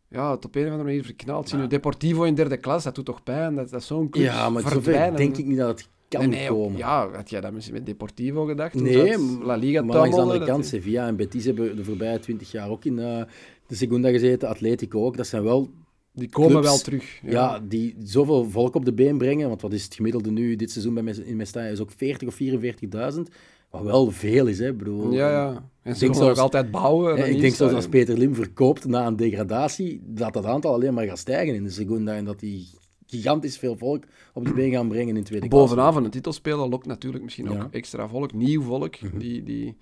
Speaker 3: ja, het op een of andere manier verknalt. Zie nu
Speaker 2: Maar-
Speaker 3: Deportivo in derde klas, dat doet toch pijn? Dat, dat zo'n club
Speaker 2: Ja, maar zover
Speaker 3: verdwijnen.
Speaker 2: denk ik niet dat het kan
Speaker 3: Nee, nee,
Speaker 2: komen.
Speaker 3: Ja, had jij dat misschien met Deportivo gedacht? Toen
Speaker 2: Nee,
Speaker 3: zat
Speaker 2: maar
Speaker 3: La Liga
Speaker 2: langs de
Speaker 3: tuimelde,
Speaker 2: andere
Speaker 3: dat
Speaker 2: kant,
Speaker 3: is-
Speaker 2: Sevilla en Betis hebben de voorbije twintig jaar ook in eh, de Segunda gezeten, Atletico ook. Dat zijn wel
Speaker 3: Die komen
Speaker 2: clubs-
Speaker 3: wel terug.
Speaker 2: ja. die zoveel volk op de been brengen. Want wat is het gemiddelde nu dit seizoen bij Mes- in Mestalla? Is ook 40 of 44.000. Wat wel veel is, hè? Ik Bedoel,
Speaker 3: ja. ja. En ze
Speaker 2: denk
Speaker 3: nog
Speaker 2: zelfs-
Speaker 3: altijd bouwen. en
Speaker 2: Hè,
Speaker 3: dan eh,
Speaker 2: ik
Speaker 3: nieuw
Speaker 2: denk zelfs als
Speaker 3: stadion.
Speaker 2: Peter Lim verkoopt na een degradatie, dat dat aantal alleen maar gaat stijgen in de Segunda en dat die gigantisch veel volk op de been gaan brengen in tweede klasse.
Speaker 3: Bovenaan van een titelspelen lokt natuurlijk misschien
Speaker 2: Ja.
Speaker 3: Mhm. ook extra volk, nieuw volk, die, die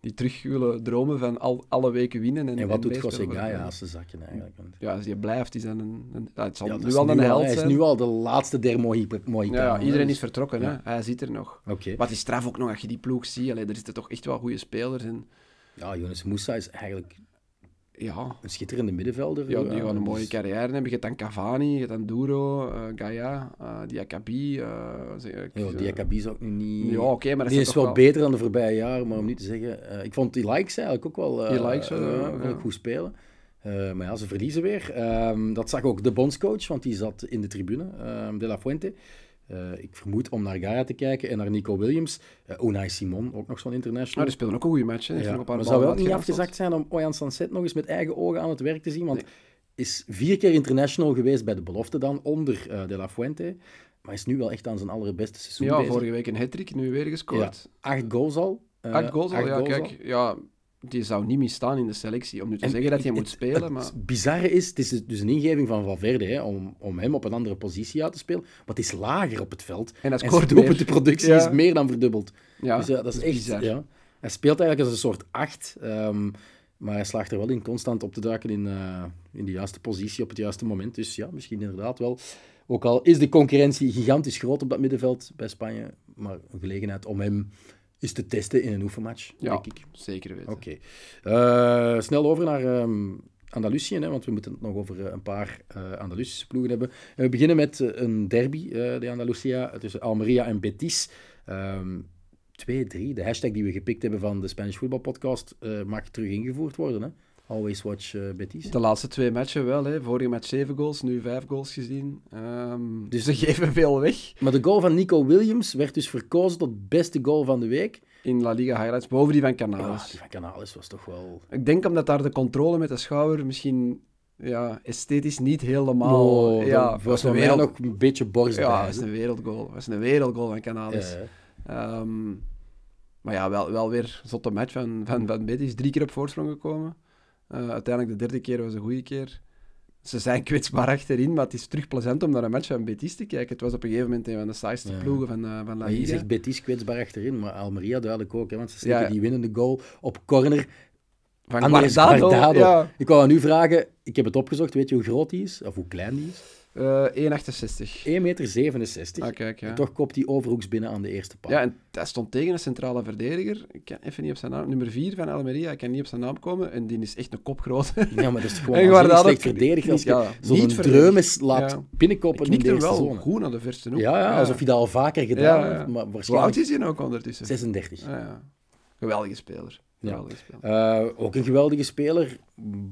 Speaker 3: die terug willen dromen van al, alle weken winnen. En,
Speaker 2: En wat doet
Speaker 3: meespelen voor de
Speaker 2: José
Speaker 3: prijs.
Speaker 2: als zijn zakje eigenlijk? Want-
Speaker 3: Ja, dus die blijft. Die zijn een, een- ja, het zal
Speaker 2: Ja, dat
Speaker 3: nu
Speaker 2: is
Speaker 3: al een held
Speaker 2: Hij is
Speaker 3: zijn.
Speaker 2: nu al de laatste der Mohi- Mohikanen.
Speaker 3: ja, ja, iedereen
Speaker 2: hè,
Speaker 3: is vertrokken.
Speaker 2: ja.
Speaker 3: Hè? Hij zit er nog.
Speaker 2: dus- Oké.
Speaker 3: Wat is straf ook nog, als je die ploeg ziet. Allee, er zitten toch echt wel goede spelers in.
Speaker 2: Ja, Jonas Moussa is eigenlijk
Speaker 3: Ja,
Speaker 2: een schitterende middenvelder.
Speaker 3: ja die gaan een
Speaker 2: dus-
Speaker 3: mooie carrière hebben. Je hebt dan Cavani, je hebt dan Duro, eh Gaia, eh Diakabi. eh, zeg ik,
Speaker 2: Ja,
Speaker 3: eh,
Speaker 2: Diakabi zou ik nu niet...
Speaker 3: Ja, oké, maar dat
Speaker 2: die
Speaker 3: zijn
Speaker 2: is
Speaker 3: toch
Speaker 2: wel, beter dan de voorbije jaren, maar om niet te zeggen... eh, ik vond die likes eigenlijk ook wel... eh,
Speaker 3: Die likes wel,
Speaker 2: eh,
Speaker 3: ja,
Speaker 2: vond
Speaker 3: ja.
Speaker 2: ik goed spelen. Eh, maar ja, ze verliezen weer. Ehm, dat zag ook de bondscoach, want die zat in de tribune, ehm, De La Fuente. Eh, ik vermoed om naar Gaia te kijken en naar Nico Williams. Eh Unai Simon, ook nog zo'n
Speaker 3: Maar
Speaker 2: international.
Speaker 3: nou, die speelden ook een goede match. Hè. Ah, dus Heeft
Speaker 2: Ja,
Speaker 3: nog een paar
Speaker 2: maar
Speaker 3: ballen
Speaker 2: zou wel niet
Speaker 3: uitgeranseld.
Speaker 2: afgezakt zijn om Ojan Sanset nog eens met eigen ogen aan het werk te zien. Want
Speaker 3: Nee.
Speaker 2: is vier keer international geweest bij de belofte dan, onder eh, De La Fuente. Maar is nu wel echt aan zijn allerbeste seizoen
Speaker 3: Ja,
Speaker 2: bezig.
Speaker 3: vorige week een hat nu weer gescoord.
Speaker 2: Acht goals al. Eh,
Speaker 3: Acht goals al,
Speaker 2: acht
Speaker 3: ja,
Speaker 2: goals al.
Speaker 3: kijk. Ja, die zou niet meer staan in de selectie. Om nu te
Speaker 2: En
Speaker 3: zeggen dat hij
Speaker 2: het-
Speaker 3: moet spelen,
Speaker 2: het
Speaker 3: maar...
Speaker 2: bizarre is, het is dus een ingeving van Valverde hè, om, om hem op een andere positie uit te spelen. Maar het is lager op het veld.
Speaker 3: En hij
Speaker 2: En
Speaker 3: scoort
Speaker 2: zijn
Speaker 3: meer.
Speaker 2: doelpuntenproductie
Speaker 3: Ja.
Speaker 2: is meer dan verdubbeld.
Speaker 3: Ja,
Speaker 2: dus ja, dat is echt...
Speaker 3: bizar.
Speaker 2: Ja. Hij speelt eigenlijk als een soort acht. ehm, maar hij slaagt er wel in constant op te duiken in, eh, in de juiste positie op het juiste moment. Dus ja, misschien inderdaad wel. Ook al is de concurrentie gigantisch groot op dat middenveld bij Spanje. Maar een gelegenheid om hem eens te testen in een oefenmatch,
Speaker 3: Ja,
Speaker 2: denk ik.
Speaker 3: zeker weten.
Speaker 2: Oké. Eh, snel over naar ehm Andalusië, hè, want we moeten het nog over eh, een paar eh Andalusische ploegen hebben. En we beginnen met eh, een derby, eh de Andalusia, tussen Almeria en Betis. Ehm 2-3, de hashtag die we gepikt hebben van de Spanish Football Podcast, eh, mag terug ingevoerd worden. Hè? Always watch eh, Betis.
Speaker 3: De laatste twee matchen wel. Hè. Vorige match zeven goals, nu vijf goals gezien. Ehm,
Speaker 2: Dus-
Speaker 3: dus ze geven veel weg
Speaker 2: Maar de goal van Nico Williams werd dus verkozen tot beste goal van de week.
Speaker 3: in La Liga Highlights, boven die van
Speaker 2: Ah,
Speaker 3: Canales.
Speaker 2: die van Canales was toch wel...
Speaker 3: Ik denk omdat daar de controle met de schouder misschien ja, esthetisch niet helemaal...
Speaker 2: Oh,
Speaker 3: ja,
Speaker 2: dat was voor mij
Speaker 3: wereld-
Speaker 2: nog een beetje borst
Speaker 3: Ja, dat is een wereldgoal. Dat is een wereldgoal van Canales. Ehm, maar ja, wel, wel weer een zotte match van, van, van Betis. Drie keer op voorsprong gekomen. Eh, uiteindelijk de derde keer was een goede keer. Ze zijn kwetsbaar achterin, maar het is terug plezant om naar een match van Betis te kijken. Het was op een gegeven moment een van de saaiste
Speaker 2: Ja.
Speaker 3: ploegen van, eh, van La
Speaker 2: Maar je
Speaker 3: Liga.
Speaker 2: zegt Betis kwetsbaar achterin, maar Almeria duidelijk ook. Hè, want ze slikken
Speaker 3: Ja, ja.
Speaker 2: die winnende goal op corner.
Speaker 3: Van
Speaker 2: Andres
Speaker 3: Guardado,
Speaker 2: Guardado.
Speaker 3: ja.
Speaker 2: Ik wou aan u vragen, ik heb het opgezocht, weet je hoe groot die is? Of hoe klein die is?
Speaker 3: Eh,
Speaker 2: 1,67
Speaker 3: 1,68.
Speaker 2: meter.
Speaker 3: Ah, kijk, ja.
Speaker 2: En toch kopt die overhoeks binnen aan de eerste paal.
Speaker 3: Ja, en hij stond tegen een centrale verdediger. Ik kan even niet op zijn naam. Nummer 4 van Almeria. Ik kan niet op zijn naam komen. En die is echt een kop groot.
Speaker 2: Ja, maar dat is
Speaker 3: En
Speaker 2: gewoon
Speaker 3: Guardado
Speaker 2: waanzinnig slecht
Speaker 3: kni-
Speaker 2: verdedigd. Als je
Speaker 3: ja,
Speaker 2: zo'n
Speaker 3: niet verdedigd.
Speaker 2: dreumes laat
Speaker 3: Ja.
Speaker 2: binnenkoppen in
Speaker 3: Knikt
Speaker 2: de
Speaker 3: er
Speaker 2: eerste
Speaker 3: wel
Speaker 2: zone.
Speaker 3: goed naar de verste hoek.
Speaker 2: Ja, ja, alsof je dat al vaker gedaan
Speaker 3: Ja, ja.
Speaker 2: heeft, maar
Speaker 3: Hoe oud
Speaker 2: waarschijnlijk
Speaker 3: is hij nou ook ondertussen?
Speaker 2: 36.
Speaker 3: Ah, ja. Geweldige speler.
Speaker 2: Ja.
Speaker 3: Geweldige speler.
Speaker 2: Eh, ook een geweldige speler,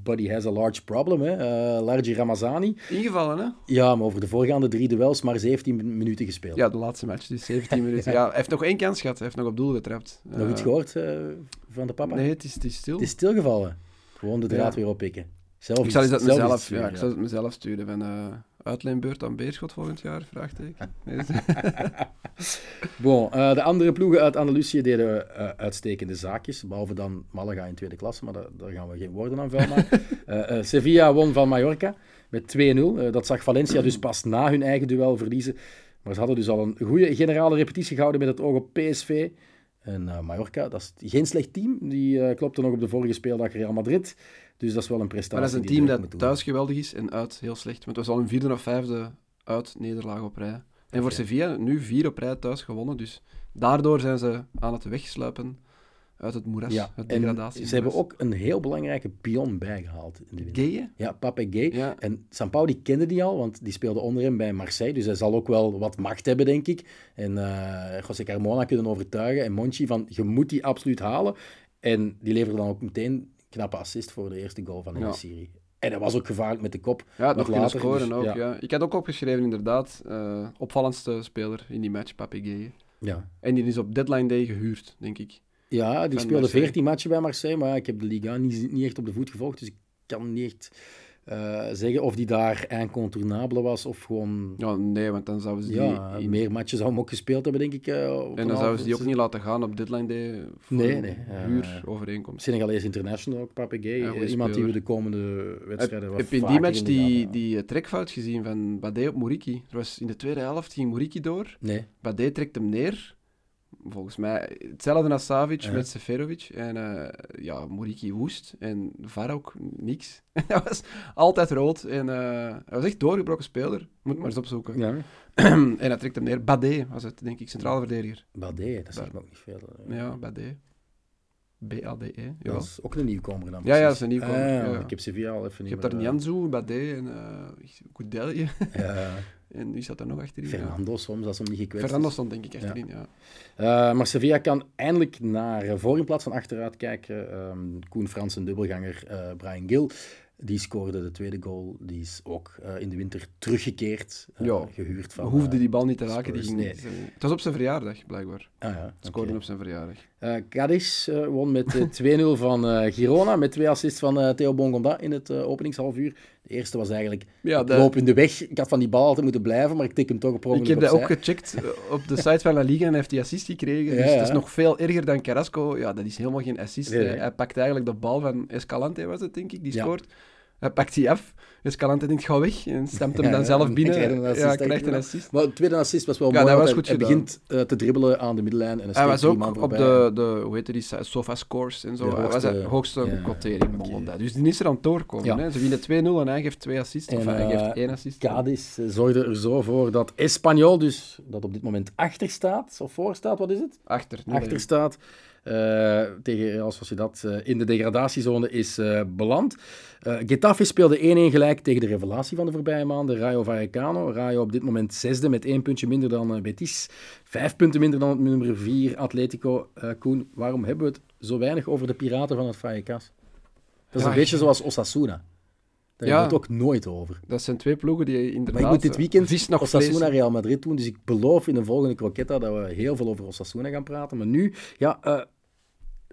Speaker 2: but he has a large problem. Hè. Eh, Largi Ramazani.
Speaker 3: Ingevallen, hè?
Speaker 2: Ja, maar over de voorgaande drie duels maar 17 min- minuten gespeeld.
Speaker 3: Ja, de laatste match, dus 17 minuten. Ja. hij heeft nog één kans gehad. Hij heeft nog op doel getrapt.
Speaker 2: Nog
Speaker 3: Eh,
Speaker 2: iets gehoord eh, van de papa?
Speaker 3: Nee, het is, het is stil.
Speaker 2: Het is stilgevallen. Gewoon de draad
Speaker 3: Ja.
Speaker 2: weer oppikken. Zelf
Speaker 3: Ik
Speaker 2: iets-
Speaker 3: zal eens dat
Speaker 2: zelf iets
Speaker 3: mezelf,
Speaker 2: sturen,
Speaker 3: ja, ik zal het mezelf sturen. Van, eh uitleenbeurt aan Beerschot volgend jaar? Vraagteken. Nee, dat is-
Speaker 2: Bon, eh, de andere ploegen uit Andalusië deden eh, uitstekende zaakjes. Behalve dan Malaga in tweede klasse, maar daar, daar gaan we geen woorden aan vuil maken. Eh, eh, Sevilla won van Mallorca met 2-0. Eh, dat zag Valencia dus pas na hun eigen duel verliezen. Maar ze hadden dus al een goede generale repetitie gehouden met het oog op PSV. En eh, Mallorca, dat is geen slecht team. Die eh, klopte nog op de vorige speeldag Real Madrid. Dus dat is wel een prestatie.
Speaker 3: maar dat is een
Speaker 2: die
Speaker 3: team
Speaker 2: druk moet
Speaker 3: dat
Speaker 2: doen.
Speaker 3: thuis geweldig is en uit heel slecht. Want het was al een vierde of vijfde uit nederlaag op rij. En voor
Speaker 2: Ja.
Speaker 3: Sevilla nu vier op rij thuis gewonnen. Dus daardoor zijn ze aan het wegsluipen uit het moeras.
Speaker 2: Ja,
Speaker 3: het
Speaker 2: en
Speaker 3: degradatie.
Speaker 2: ze hebben ook een heel belangrijke pion bijgehaald in de winter.
Speaker 3: Gaye?
Speaker 2: Ja, Pape Gay.
Speaker 3: Ja.
Speaker 2: En Sampaoli die kende die al, want die speelde onder hem bij Marseille. Dus hij zal ook wel wat macht hebben, denk ik. En eh José Carmona kunnen overtuigen. En Monchi van, je moet die absoluut halen. En die leverde dan ook meteen een knappe assist voor de eerste goal van de
Speaker 3: Ja.
Speaker 2: serie. En dat was ook gevaarlijk met de kop.
Speaker 3: Ja,
Speaker 2: Wat
Speaker 3: nog kunnen
Speaker 2: later,
Speaker 3: scoren
Speaker 2: dus-
Speaker 3: ook.
Speaker 2: ja.
Speaker 3: Ja. Ik had ook opgeschreven, inderdaad, eh, opvallendste speler in die match, Papigei.
Speaker 2: Ja,
Speaker 3: En die is op deadline day gehuurd, denk ik.
Speaker 2: ja die
Speaker 3: Van
Speaker 2: speelde
Speaker 3: Marseille.
Speaker 2: 14 matchen bij Marseille. Maar ja, ik heb de Liga niet, niet echt op de voet gevolgd. Dus ik kan niet echt eh, zeggen of die daar incontournabele was of gewoon...
Speaker 3: Ja, nee, want dan zouden ze die,
Speaker 2: Ja,
Speaker 3: in-
Speaker 2: meer matches zou hem ook gespeeld hebben, denk ik. eh, op
Speaker 3: en
Speaker 2: een
Speaker 3: dan zouden
Speaker 2: half-
Speaker 3: ze die ook niet laten gaan op deadline day voor
Speaker 2: Nee,
Speaker 3: een
Speaker 2: nee, eh,
Speaker 3: huurovereenkomst.
Speaker 2: Senegalees international ook, Papegei.
Speaker 3: Ja, goeie
Speaker 2: Eh, iemand die we
Speaker 3: speler.
Speaker 2: de komende wedstrijden
Speaker 3: heb
Speaker 2: wat
Speaker 3: heb je in die
Speaker 2: vaker
Speaker 3: match
Speaker 2: in de gaten
Speaker 3: die,
Speaker 2: houden.
Speaker 3: die eh, trekfout gezien van Badé op Moriki? Er was in de tweede helft ging Moriki door.
Speaker 2: Nee,
Speaker 3: Badé trekt hem neer. Volgens mij hetzelfde als Savic met Seferovic. En eh, ja, Moriki woest. En VAR ook niks. Hij was altijd rood. En eh, hij was echt doorgebroken speler. Moet maar eens opzoeken.
Speaker 2: Ja.
Speaker 3: en hij trekt hem neer. Badé was het, denk ik, centrale verdediger.
Speaker 2: Badé, dat zegt me ook niet veel. hè.
Speaker 3: Ja, Badé. B-A-D-E. Ja.
Speaker 2: Dat is ook een nieuwkomer dan.
Speaker 3: Ja, ja,
Speaker 2: precies.
Speaker 3: dat is een nieuwkomer,
Speaker 2: Ah,
Speaker 3: ja, ja.
Speaker 2: Ik heb Sevilla al even
Speaker 3: Je
Speaker 2: niet
Speaker 3: hebt daar
Speaker 2: meer, eh,
Speaker 3: Nianzu, Badé en eh Koudelje.
Speaker 2: ja,
Speaker 3: En wie zat daar nog achterin? Ja.
Speaker 2: Fernando soms, als hem niet gekwetst
Speaker 3: Fernando
Speaker 2: is.
Speaker 3: stond denk ik achterin, ja.
Speaker 2: Eh, maar Sevilla kan eindelijk naar eh, voor in plaats van achteruit kijken. Ehm, Koen Frans, een dubbelganger, eh, Brian Gill. Die scoorde de tweede goal. Die is ook eh, in de winter teruggekeerd. eh,
Speaker 3: Ja.
Speaker 2: gehuurd van...
Speaker 3: hoefde
Speaker 2: eh,
Speaker 3: die bal niet te raken. Die
Speaker 2: Spurs,
Speaker 3: ging... Het was op zijn verjaardag, blijkbaar.
Speaker 2: ah, ja,
Speaker 3: Scoorden
Speaker 2: oké.
Speaker 3: op zijn verjaardag.
Speaker 2: Eh, Cadiz eh, won met eh, 2-0 van eh, Girona, met twee assists van eh, Theo Bongonda in het eh, openingshalfuur. De eerste was eigenlijk
Speaker 3: Ja,
Speaker 2: het
Speaker 3: de-
Speaker 2: lopende weg. Ik had van die bal altijd moeten blijven, maar ik tik hem toch op
Speaker 3: Ik heb dat ook gecheckt eh, op de site van La Liga en hij heeft die assist gekregen.
Speaker 2: Ja,
Speaker 3: Dus het
Speaker 2: ja.
Speaker 3: is nog veel erger dan Carrasco. Ja, dat is helemaal geen assist.
Speaker 2: Nee,
Speaker 3: Eh,
Speaker 2: nee.
Speaker 3: Hij pakt eigenlijk de bal van Escalante, was het denk ik, die
Speaker 2: Ja.
Speaker 3: scoort. Hij pakt die af. Escalante denkt, ga weg. En stemt hem
Speaker 2: Ja,
Speaker 3: dan
Speaker 2: ja.
Speaker 3: zelf
Speaker 2: Hij
Speaker 3: binnen.
Speaker 2: krijgt een assist,
Speaker 3: ja,
Speaker 2: hij
Speaker 3: hij krijgt een
Speaker 2: krijgt
Speaker 3: assist.
Speaker 2: Maar het tweede assist was wel
Speaker 3: Ja,
Speaker 2: mooi.
Speaker 3: dat
Speaker 2: want
Speaker 3: was
Speaker 2: hij,
Speaker 3: goed
Speaker 2: hij begint eh, te dribbelen aan de middenlijn en
Speaker 3: Hij
Speaker 2: steekt
Speaker 3: was
Speaker 2: drie
Speaker 3: ook
Speaker 2: man
Speaker 3: op
Speaker 2: voorbij.
Speaker 3: de, de, hoe heet die, sa- SofaScores en zo.
Speaker 2: De
Speaker 3: hij was
Speaker 2: hoogste-
Speaker 3: de hoogste
Speaker 2: ja,
Speaker 3: quotering.
Speaker 2: oké.
Speaker 3: Bongonda. Dus die is er aan het doorkomen.
Speaker 2: Ja.
Speaker 3: Hè? Ze winnen 2-0 en hij geeft twee assists.
Speaker 2: En,
Speaker 3: of hij
Speaker 2: eh,
Speaker 3: geeft één assist.
Speaker 2: Cadiz eh, zorgde er zo voor dat Espanyol, dus, dat op dit moment achter staat, of voor staat, wat is het?
Speaker 3: Achter. nul,
Speaker 2: achter staat. eh, tegen Real Sociedad eh, in de degradatiezone is eh, beland. Eh Getafe speelde 1-1 gelijk tegen de revelatie van de voorbije maanden, Rayo Vallecano. Rayo op dit moment zesde met één puntje minder dan eh, Betis. Vijf punten minder dan het nummer vier Atletico. Eh, Koen, waarom hebben we het zo weinig over de piraten van het Vallecas? Dat is
Speaker 3: Ja,
Speaker 2: een beetje
Speaker 3: ja.
Speaker 2: zoals Osasuna. Daar
Speaker 3: Ja.
Speaker 2: hebben we het ook nooit over.
Speaker 3: Dat zijn twee ploegen die inderdaad...
Speaker 2: Maar ik moet dit
Speaker 3: eh,
Speaker 2: weekend
Speaker 3: vis nog
Speaker 2: Osasuna
Speaker 3: vlees-
Speaker 2: Real Madrid doen. Dus ik beloof in de volgende croquetta dat we heel veel over Osasuna gaan praten. Maar nu, ja, eh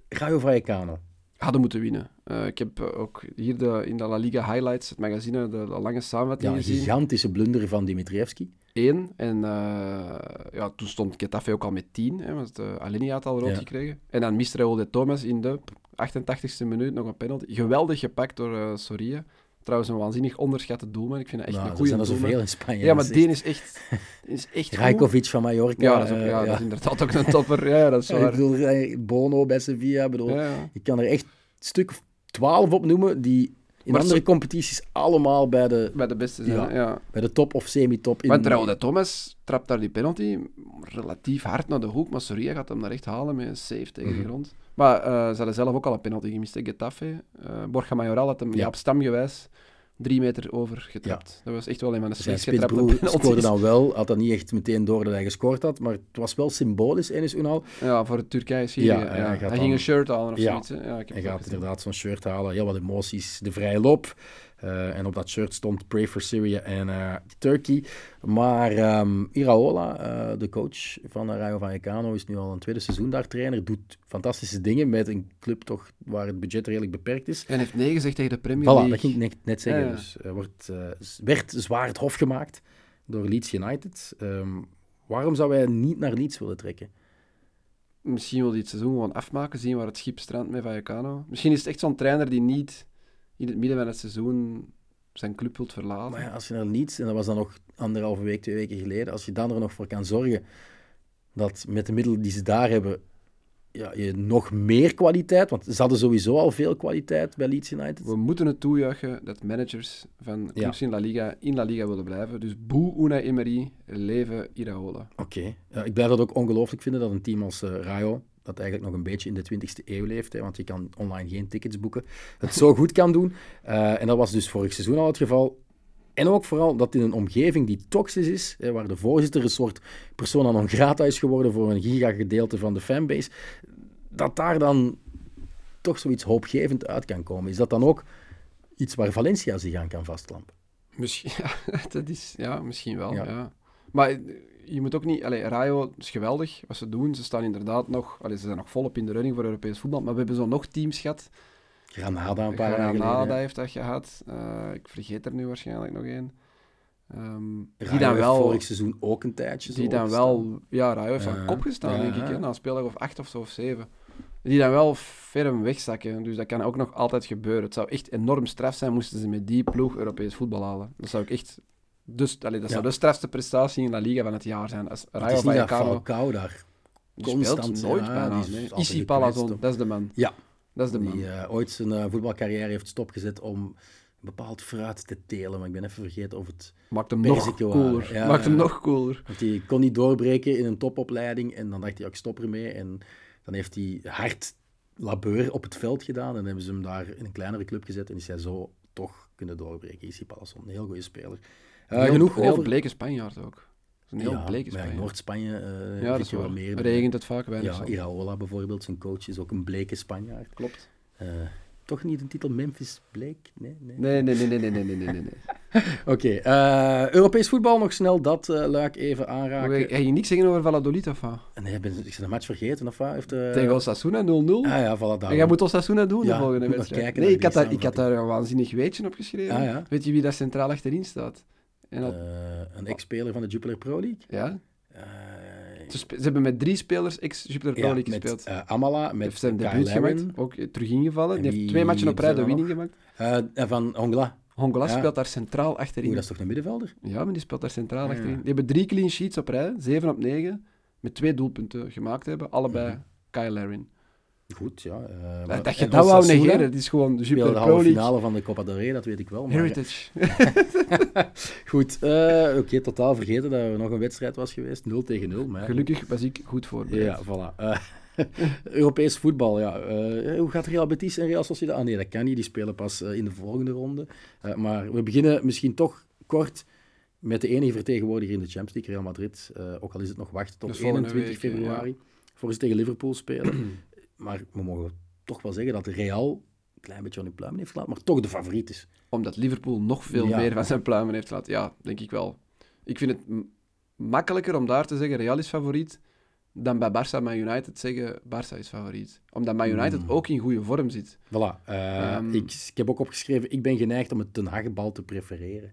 Speaker 2: Rayo Vallecano.
Speaker 3: hadden moeten winnen. Eh, ik heb eh, ook hier de, in de La Liga Highlights, het magazine, de, de lange
Speaker 2: Ja,
Speaker 3: samenvatting
Speaker 2: een
Speaker 3: gezien.
Speaker 2: gigantische blunder van Dimitrievski.
Speaker 3: Eén. En eh, ja, toen stond Getafe ook al met tien, hè, want eh Aleni had al rood
Speaker 2: Ja.
Speaker 3: gekregen. En dan mist Raúl de Thomas in de 88ste minuut nog een penalty. Geweldig gepakt door eh, Soria. Trouwens, een waanzinnig onderschatte doelman. Ik vind dat echt
Speaker 2: nou,
Speaker 3: een
Speaker 2: er zijn
Speaker 3: goede
Speaker 2: er
Speaker 3: doelman.
Speaker 2: zoveel in Spanje.
Speaker 3: Ja, maar
Speaker 2: Dat is echt-
Speaker 3: die is echt, is echt goed.
Speaker 2: Rajkovic van Mallorca.
Speaker 3: Ja, dat is, ook,
Speaker 2: eh,
Speaker 3: ja, dat is inderdaad ook een topper. Ja, dat is
Speaker 2: Ik
Speaker 3: waar.
Speaker 2: bedoel, eh, Bono bij Sevilla. Ik Bedoel,
Speaker 3: Ja, ja.
Speaker 2: Ik kan er echt een stuk of twaalf op noemen die in
Speaker 3: Maar
Speaker 2: andere
Speaker 3: ze-
Speaker 2: competities allemaal bij de,
Speaker 3: Bij de beste zijn.
Speaker 2: Ja.
Speaker 3: hè, ja.
Speaker 2: bij de top of semi-top in
Speaker 3: Want Raúl de Thomas trapt daar die penalty relatief hard naar de hoek, maar Soria gaat hem daar echt halen met een save tegen
Speaker 2: Mhm.
Speaker 3: de grond. Maar eh, ze hadden zelf ook al een penalty gemist, hè, Getafe. Eh, Borja Majoral had hem
Speaker 2: Ja.
Speaker 3: ja. op stamgewijs drie meter over getrapt. Dat was echt wel een van de
Speaker 2: Zijn
Speaker 3: slechtst getrapte
Speaker 2: spitsbroer scoorde dan
Speaker 3: penalties.
Speaker 2: wel, had dan niet echt meteen door dat hij gescoord had, maar het was wel symbolisch, Enes Unal.
Speaker 3: Ja, voor Turkije is hier.
Speaker 2: Ja,
Speaker 3: Ja,
Speaker 2: en hij gaat
Speaker 3: Hij
Speaker 2: dan-
Speaker 3: ging een shirt halen of
Speaker 2: Ja.
Speaker 3: zoiets. hè. Ja, ik heb
Speaker 2: Hij
Speaker 3: het ook
Speaker 2: gaat
Speaker 3: gezien.
Speaker 2: inderdaad zo'n shirt halen, heel wat emoties, de vrije loop. Eh, en op dat shirt stond Pray for Syria en eh, Turkey. Maar ehm, Iraola, eh, de coach van Rayo Vallecano, is nu al een tweede seizoen daar trainer. Doet fantastische dingen met een club toch waar het budget redelijk beperkt is.
Speaker 3: En heeft nee gezegd tegen de Premier
Speaker 2: Voilà,
Speaker 3: League.
Speaker 2: dat ging ik net, net zeggen.
Speaker 3: Ja, ja.
Speaker 2: Dus, eh, wordt, eh, z- werd zwaar het hof gemaakt door Leeds United. Ehm, waarom zou wij niet naar Leeds willen trekken?
Speaker 3: Misschien wil hij het seizoen gewoon afmaken, zien waar het schip strandt met Vallecano. Misschien is het echt zo'n trainer die niet in het midden van het seizoen zijn club wilt verlaten.
Speaker 2: Maar ja, als je naar Leeds, en dat was dan nog anderhalve week, twee weken geleden, als je dan er nog voor kan zorgen dat met de middelen die ze daar hebben, ja, je nog meer kwaliteit, want ze hadden sowieso al veel kwaliteit bij Leeds United.
Speaker 3: We moeten het toejuichen dat managers van clubs in La Liga in La Liga willen blijven. Dus boe Unai Emery, leven Iraola.
Speaker 2: Oké. Ja, ik blijf dat ook ongelooflijk vinden dat een team als eh Rayo, dat eigenlijk nog een beetje in de 20e eeuw leeft, hè, want je kan online geen tickets boeken, het zo goed kan doen. Eh, en dat was dus vorig seizoen al het geval. En ook vooral dat in een omgeving die toxisch is, hè, waar de voorzitter een soort persona non grata is geworden voor een gigagedeelte van de fanbase, dat daar dan toch zoiets hoopgevend uit kan komen. Is dat dan ook iets waar Valencia zich aan kan vastklampen?
Speaker 3: Misschien, ja, dat is, ja, misschien wel.
Speaker 2: Ja.
Speaker 3: Ja. Maar eh, je moet ook niet... Allee, Rayo is geweldig wat ze doen. Ze staan inderdaad nog... Allee, ze zijn nog volop in de running voor Europees voetbal. Maar we hebben zo nog teams gehad.
Speaker 2: Granada een paar jaar geleden.
Speaker 3: Granada
Speaker 2: hè.
Speaker 3: heeft dat gehad. Eh, ik vergeet er nu waarschijnlijk nog één. Ehm, die
Speaker 2: Rayo
Speaker 3: dan
Speaker 2: heeft
Speaker 3: wel...
Speaker 2: vorig seizoen ook een tijdje zo
Speaker 3: Die dan
Speaker 2: gestaan.
Speaker 3: wel, ja, Rayo heeft
Speaker 2: Ja.
Speaker 3: aan kop gestaan, denk ik,
Speaker 2: Ja.
Speaker 3: hè, na een speeldag of acht of zo of zeven. Die dan wel ferm wegzakken, dus dat kan ook nog altijd gebeuren. Het zou echt enorm straf zijn moesten ze met die ploeg Europees voetbal halen. Dat zou ik echt, dus, allee, dat
Speaker 2: Ja.
Speaker 3: zou de strafste prestatie in La Liga van het jaar zijn. Als
Speaker 2: Het
Speaker 3: Rayo
Speaker 2: is niet dat
Speaker 3: Vallecano,
Speaker 2: Falcao daar
Speaker 3: Die
Speaker 2: constant.
Speaker 3: speelt nooit
Speaker 2: ja,
Speaker 3: bijna.
Speaker 2: die is
Speaker 3: Nee.
Speaker 2: altijd
Speaker 3: Issy
Speaker 2: gekwetst,
Speaker 3: Palazon,
Speaker 2: of-
Speaker 3: dat is de man.
Speaker 2: Ja.
Speaker 3: Dat is de man.
Speaker 2: Die eh, ooit zijn eh, voetbalcarrière heeft stopgezet om een bepaald fruit te telen. Maar ik ben even vergeten of het...
Speaker 3: Maakt hem nog
Speaker 2: Perziken waren,
Speaker 3: cooler.
Speaker 2: ja.
Speaker 3: Maakt hem nog cooler.
Speaker 2: Want hij kon niet doorbreken in een topopleiding. En dan dacht hij, "Ja, ik stop ermee. En dan heeft hij hard labeur op het veld gedaan. En hebben ze hem daar in een kleinere club gezet. En is hij zo toch kunnen doorbreken. Issy Palazon, een heel goede speler. Eh,
Speaker 3: Heel-
Speaker 2: genoeg
Speaker 3: Een heel
Speaker 2: over...
Speaker 3: bleke Spanjaard ook. Een heel
Speaker 2: ja,
Speaker 3: bleke
Speaker 2: maar ja, in
Speaker 3: Spanjaard.
Speaker 2: Noord-Spanje eh,
Speaker 3: Ja, dat
Speaker 2: vind
Speaker 3: is
Speaker 2: je wel
Speaker 3: waar.
Speaker 2: meer. eh,
Speaker 3: Regent het vaak weinig.
Speaker 2: ja,
Speaker 3: zon.
Speaker 2: Iraola bijvoorbeeld, zijn coach, is ook een bleke Spanjaard.
Speaker 3: Klopt.
Speaker 2: Eh, toch niet een titel Memphis Blake? Nee, nee.
Speaker 3: Nee, nee, nee, nee, nee, nee, nee, nee. nee.
Speaker 2: Oké, eh, Europees voetbal nog snel dat eh, luik even aanraken.
Speaker 3: Hoe- Heb je niks zeggen over Valladolid of wat?
Speaker 2: Nee, ben, ik ben een match vergeten of wat? Heeft, eh,
Speaker 3: Tegen Osasuna 0-0.
Speaker 2: Ah ja, voilà, daar.
Speaker 3: En jij moet Osasuna doen
Speaker 2: Ja,
Speaker 3: de volgende
Speaker 2: moet nog
Speaker 3: wedstrijd.
Speaker 2: kijken
Speaker 3: nee,
Speaker 2: naar
Speaker 3: ik had,
Speaker 2: die
Speaker 3: daar, ik had daar een waanzinnig weetje op geschreven.
Speaker 2: Ah, ja.
Speaker 3: Weet je wie daar centraal achterin staat? En dat,
Speaker 2: Eh, een ex-speler van de Jupiler Pro League.
Speaker 3: ja?
Speaker 2: Eh,
Speaker 3: Ze, spe- ze hebben met drie spelers ex-Jupiter Pro
Speaker 2: ja,
Speaker 3: League
Speaker 2: met
Speaker 3: gespeeld.
Speaker 2: eh, Amala, met
Speaker 3: heeft zijn
Speaker 2: Kyle
Speaker 3: debuut gemaakt,
Speaker 2: Laren,
Speaker 3: ook eh, terug ingevallen.
Speaker 2: En
Speaker 3: Die heeft
Speaker 2: wie
Speaker 3: twee matchen op
Speaker 2: hebben
Speaker 3: rij
Speaker 2: ze
Speaker 3: de
Speaker 2: dan
Speaker 3: winning gemaakt.
Speaker 2: eh, en van Hongla.
Speaker 3: Hongla
Speaker 2: Ja.
Speaker 3: speelt daar centraal achterin.
Speaker 2: Oeh, dat is toch een middenvelder?
Speaker 3: Ja, maar die speelt daar centraal
Speaker 2: Ja.
Speaker 3: achterin. Die hebben drie clean sheets op rij, 7 op 9, met twee doelpunten gemaakt hebben, allebei
Speaker 2: Mhm.
Speaker 3: Kyle Larin.
Speaker 2: Goed, ja. eh,
Speaker 3: Dat,
Speaker 2: maar-
Speaker 3: dat je
Speaker 2: en
Speaker 3: dat wou
Speaker 2: Osasuna
Speaker 3: negeren, het is gewoon de
Speaker 2: Speelde
Speaker 3: Super
Speaker 2: de
Speaker 3: Pro
Speaker 2: halve
Speaker 3: League
Speaker 2: finale van de Copa del Rey, dat weet ik wel. Maar
Speaker 3: Heritage.
Speaker 2: goed, eh, oké, totaal vergeten dat er nog een wedstrijd was geweest. 0 tegen 0. Maar ja,
Speaker 3: Gelukkig was ik goed voorbereid.
Speaker 2: Ja, voilà. Eh, Europees voetbal, ja. Eh, hoe gaat Real Betis en Real Sociedad? Ah nee, dat kan niet. Die spelen pas eh, in de volgende ronde. Eh, maar we beginnen misschien toch kort met de enige vertegenwoordiger in de Champions League, Real Madrid. Eh, ook al is het nog wachten
Speaker 3: Dat
Speaker 2: tot
Speaker 3: is volgende
Speaker 2: 21
Speaker 3: week, ja.
Speaker 2: februari. Voor ze tegen Liverpool spelen. maar we mogen toch wel zeggen dat Real een klein beetje aan hun pluimen heeft gelaten, maar toch de favoriet is.
Speaker 3: Omdat Liverpool nog veel
Speaker 2: Ja.
Speaker 3: meer van zijn pluimen heeft laten. Ja, denk ik wel. Ik vind het m- makkelijker om daar te zeggen Real is favoriet dan bij Barça Man United zeggen Barça is favoriet. Omdat Man United
Speaker 2: Hmm.
Speaker 3: ook in goede vorm zit.
Speaker 2: Voilà. eh,
Speaker 3: Ehm.
Speaker 2: ik, ik heb ook opgeschreven, ik ben geneigd om het Ten Hagbal te prefereren.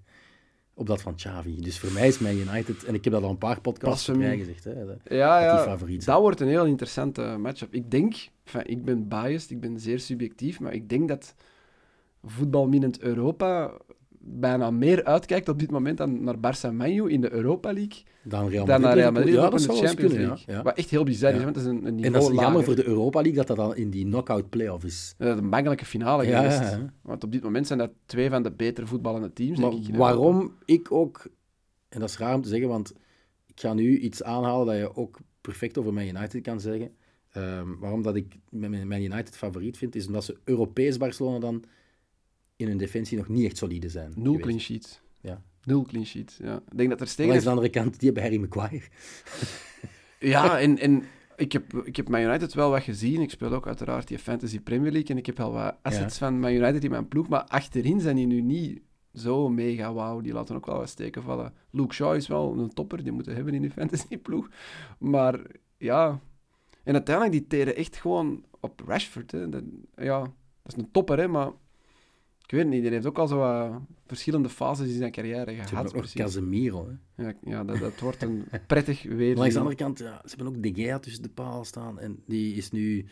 Speaker 2: Op dat van Xavi. Dus voor mij is Man United, en ik heb dat al een paar podcasts
Speaker 3: Passen.
Speaker 2: op rij gezegd, hè, dat
Speaker 3: Ja,
Speaker 2: dat die
Speaker 3: ja.
Speaker 2: favoriet zijn.
Speaker 3: Dat wordt een heel interessante matchup. Ik denk, enfin, ik ben biased, ik ben zeer subjectief, maar ik denk dat voetbalminnend Europa bijna meer uitkijkt op dit moment dan naar Barça Manu in de Europa League
Speaker 2: Dan Real Madrid.
Speaker 3: dan naar Real Madrid
Speaker 2: Liverpool.
Speaker 3: ook in
Speaker 2: ja, dat
Speaker 3: de
Speaker 2: zou wel eens
Speaker 3: Champions
Speaker 2: kunnen.
Speaker 3: League.
Speaker 2: ja. Ja.
Speaker 3: Wat echt heel bizar is,
Speaker 2: Ja.
Speaker 3: want dat is een, een niveau
Speaker 2: En dat is jammer
Speaker 3: lager.
Speaker 2: voor de Europa League dat dat dan in die knockout playoff is.
Speaker 3: Dat is een bangelijke finale
Speaker 2: Ja,
Speaker 3: geweest.
Speaker 2: ja, ja.
Speaker 3: Want op dit moment zijn dat twee van de betere voetballende teams. denk ik, in
Speaker 2: Maar
Speaker 3: Europa.
Speaker 2: waarom ik ook, en dat is raar om te zeggen, want ik ga nu iets aanhalen dat je ook perfect over Man United kan zeggen. Ehm, waarom dat ik Man Man United favoriet vind, is omdat ze Europees Barcelona dan in hun defensie nog niet echt solide zijn.
Speaker 3: Nul
Speaker 2: geweest.
Speaker 3: clean sheets.
Speaker 2: Ja.
Speaker 3: Nul clean sheets. Ja. Ik denk dat er
Speaker 2: Langs
Speaker 3: steeds.
Speaker 2: de andere kant, die hebben Harry Maguire.
Speaker 3: Ja, en, en ik, heb, ik heb Man United wel wat gezien. Ik speel ook uiteraard die Fantasy Premier League. En ik heb wel wat assets van Man United in mijn ploeg. Maar achterin zijn die nu niet zo mega wauw. Die laten ook wel wat steken vallen. Luke Shaw is wel een topper. Die moeten hebben in die Fantasy ploeg. Maar ja. En uiteindelijk, die teren echt gewoon op Rashford. Hè. Dat, ja, dat is een topper, hè. Maar ik weet het niet. Die heeft ook al zo wat verschillende fases in zijn carrière
Speaker 2: Ze hebben
Speaker 3: gehad.
Speaker 2: ook nog
Speaker 3: Precies.
Speaker 2: Casemiro. Hè.
Speaker 3: Ja, ja dat, dat wordt een prettig weer.
Speaker 2: Langs de andere kant, ja, ze hebben ook De Gea tussen de paal staan. En die is nu...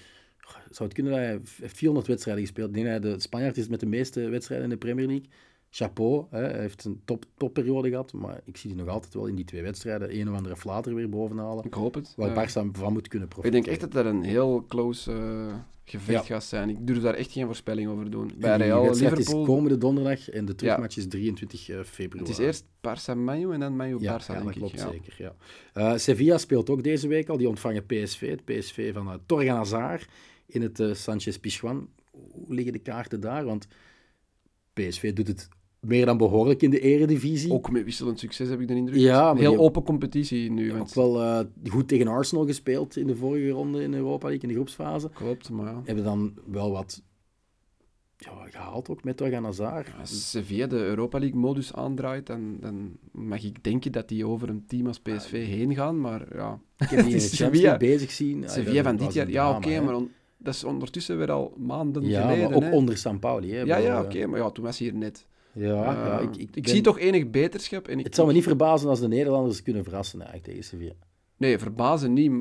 Speaker 2: Zou het kunnen dat hij heeft 400 wedstrijden gespeeld? Ik denk dat hij de Spanjaard is met de meeste wedstrijden in de Premier League. Chapeau, hè, hij heeft een top, topperiode gehad. Maar ik zie die nog altijd wel in die twee wedstrijden een of andere flater weer bovenhalen.
Speaker 3: Ik hoop het.
Speaker 2: Waar
Speaker 3: Ja.
Speaker 2: Barca van moet kunnen
Speaker 3: Ik
Speaker 2: profiteren.
Speaker 3: denk echt dat er een heel close eh, gevecht
Speaker 2: Ja.
Speaker 3: gaat zijn. Ik durf daar echt geen voorspelling over doen.
Speaker 2: En
Speaker 3: Bij
Speaker 2: die
Speaker 3: Real,
Speaker 2: wedstrijd
Speaker 3: Liverpool...
Speaker 2: is komende donderdag en de terugmatch is 23 eh, februari.
Speaker 3: Het is eerst Barça Mayo en dan Mayo Barça,
Speaker 2: Ja, ja,
Speaker 3: denk
Speaker 2: dat
Speaker 3: ik.
Speaker 2: klopt
Speaker 3: ja.
Speaker 2: zeker. Ja. Eh, Sevilla speelt ook deze week al. Die ontvangen PSV, het PSV van eh, Torgan Hazard in het eh, Sanchez Pichuan. Hoe liggen de kaarten daar? Want PSV doet het meer dan behoorlijk in de eredivisie.
Speaker 3: Ook met wisselend succes heb ik de indruk.
Speaker 2: Ja, maar
Speaker 3: Een heel
Speaker 2: die-
Speaker 3: open competitie nu.
Speaker 2: ook
Speaker 3: want-
Speaker 2: wel eh, goed tegen Arsenal gespeeld in de vorige ronde in Europa League, in de groepsfase.
Speaker 3: Klopt, maar ja.
Speaker 2: Hebben dan wel wat ja, gehaald ook met Torgan Hazard.
Speaker 3: Als Sevilla de Europa League-modus aandraait, dan, dan mag ik denken dat die over een team als
Speaker 2: Ah,
Speaker 3: PSV heen gaan. Maar ja,
Speaker 2: Ik heb die in de
Speaker 3: is
Speaker 2: Champions
Speaker 3: Sevilla.
Speaker 2: League bezig zien. Ja,
Speaker 3: Sevilla
Speaker 2: dat
Speaker 3: van dit
Speaker 2: was een
Speaker 3: jaar... Ja,
Speaker 2: drama,
Speaker 3: oké,
Speaker 2: hè.
Speaker 3: maar on- dat is ondertussen weer al maanden
Speaker 2: Ja,
Speaker 3: geleden.
Speaker 2: maar ook
Speaker 3: hè.
Speaker 2: onder San Pauli. Hè,
Speaker 3: Ja,
Speaker 2: bedoel,
Speaker 3: ja,
Speaker 2: eh,
Speaker 3: oké, maar ja, toen was hij hier net.
Speaker 2: Ja, ja,
Speaker 3: Eh,
Speaker 2: ik, ik, ben-
Speaker 3: zie toch enig beterschap. En ik,
Speaker 2: Het zou me niet verbazen als de Nederlanders kunnen verrassen eigenlijk tegen Sevilla.
Speaker 3: Nee, verbazen niet.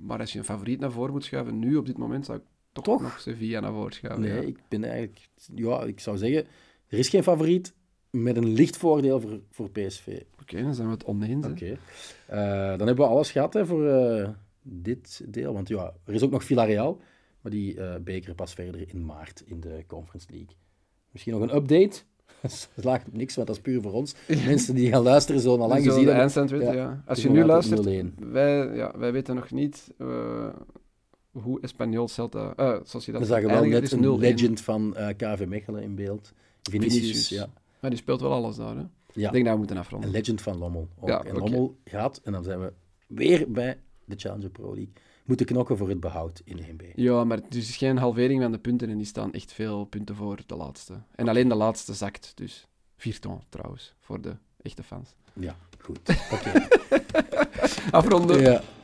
Speaker 3: Maar als je een favoriet naar voren moet schuiven, nu op dit moment zou ik toch,
Speaker 2: Toch?
Speaker 3: nog Sevilla naar voren schuiven.
Speaker 2: Nee,
Speaker 3: ja.
Speaker 2: ik ben eigenlijk... Ja, ik zou zeggen, er is geen favoriet met een licht voordeel voor, voor PSV.
Speaker 3: Oké, dan zijn we het oneens. hè.
Speaker 2: Oké. Eh, dan hebben we alles gehad hè, voor eh, dit deel. Want ja, er is ook nog Villarreal, maar die eh, beker pas verder in maart in de Conference League. Misschien nog een update? Dat slaagt op niks, want dat is puur voor ons. Mensen die gaan luisteren zullen al lang
Speaker 3: Zo
Speaker 2: gezien
Speaker 3: de
Speaker 2: hebben.
Speaker 3: eindstand weten,
Speaker 2: ja.
Speaker 3: ja. Als
Speaker 2: is
Speaker 3: je
Speaker 2: nog
Speaker 3: nu
Speaker 2: altijd
Speaker 3: luistert, wij, ja, wij weten nog niet eh, hoe Espanyol Celta... eh Sociedad
Speaker 2: We zagen wel
Speaker 3: eindigt.
Speaker 2: net
Speaker 3: Het is
Speaker 2: een
Speaker 3: 0-1.
Speaker 2: legend van eh, KV Mechelen in beeld. Vinicius,
Speaker 3: Vinicius.
Speaker 2: ja.
Speaker 3: Maar die speelt wel alles daar, hè?
Speaker 2: ja.
Speaker 3: Ik denk dat we moeten
Speaker 2: Een
Speaker 3: afronden.
Speaker 2: legend van Lommel. Ook.
Speaker 3: Ja,
Speaker 2: en
Speaker 3: oké.
Speaker 2: Lommel gaat, en dan zijn we weer bij de Challenger Pro League, moeten knokken voor het behoud in 1B.
Speaker 3: Ja, maar het is geen halvering van de punten en die staan echt veel punten voor de laatste. En alleen de laatste zakt, dus. Vierton, trouwens, voor de echte fans.
Speaker 2: Ja, goed. Oké.
Speaker 3: Afronden.
Speaker 2: Ja.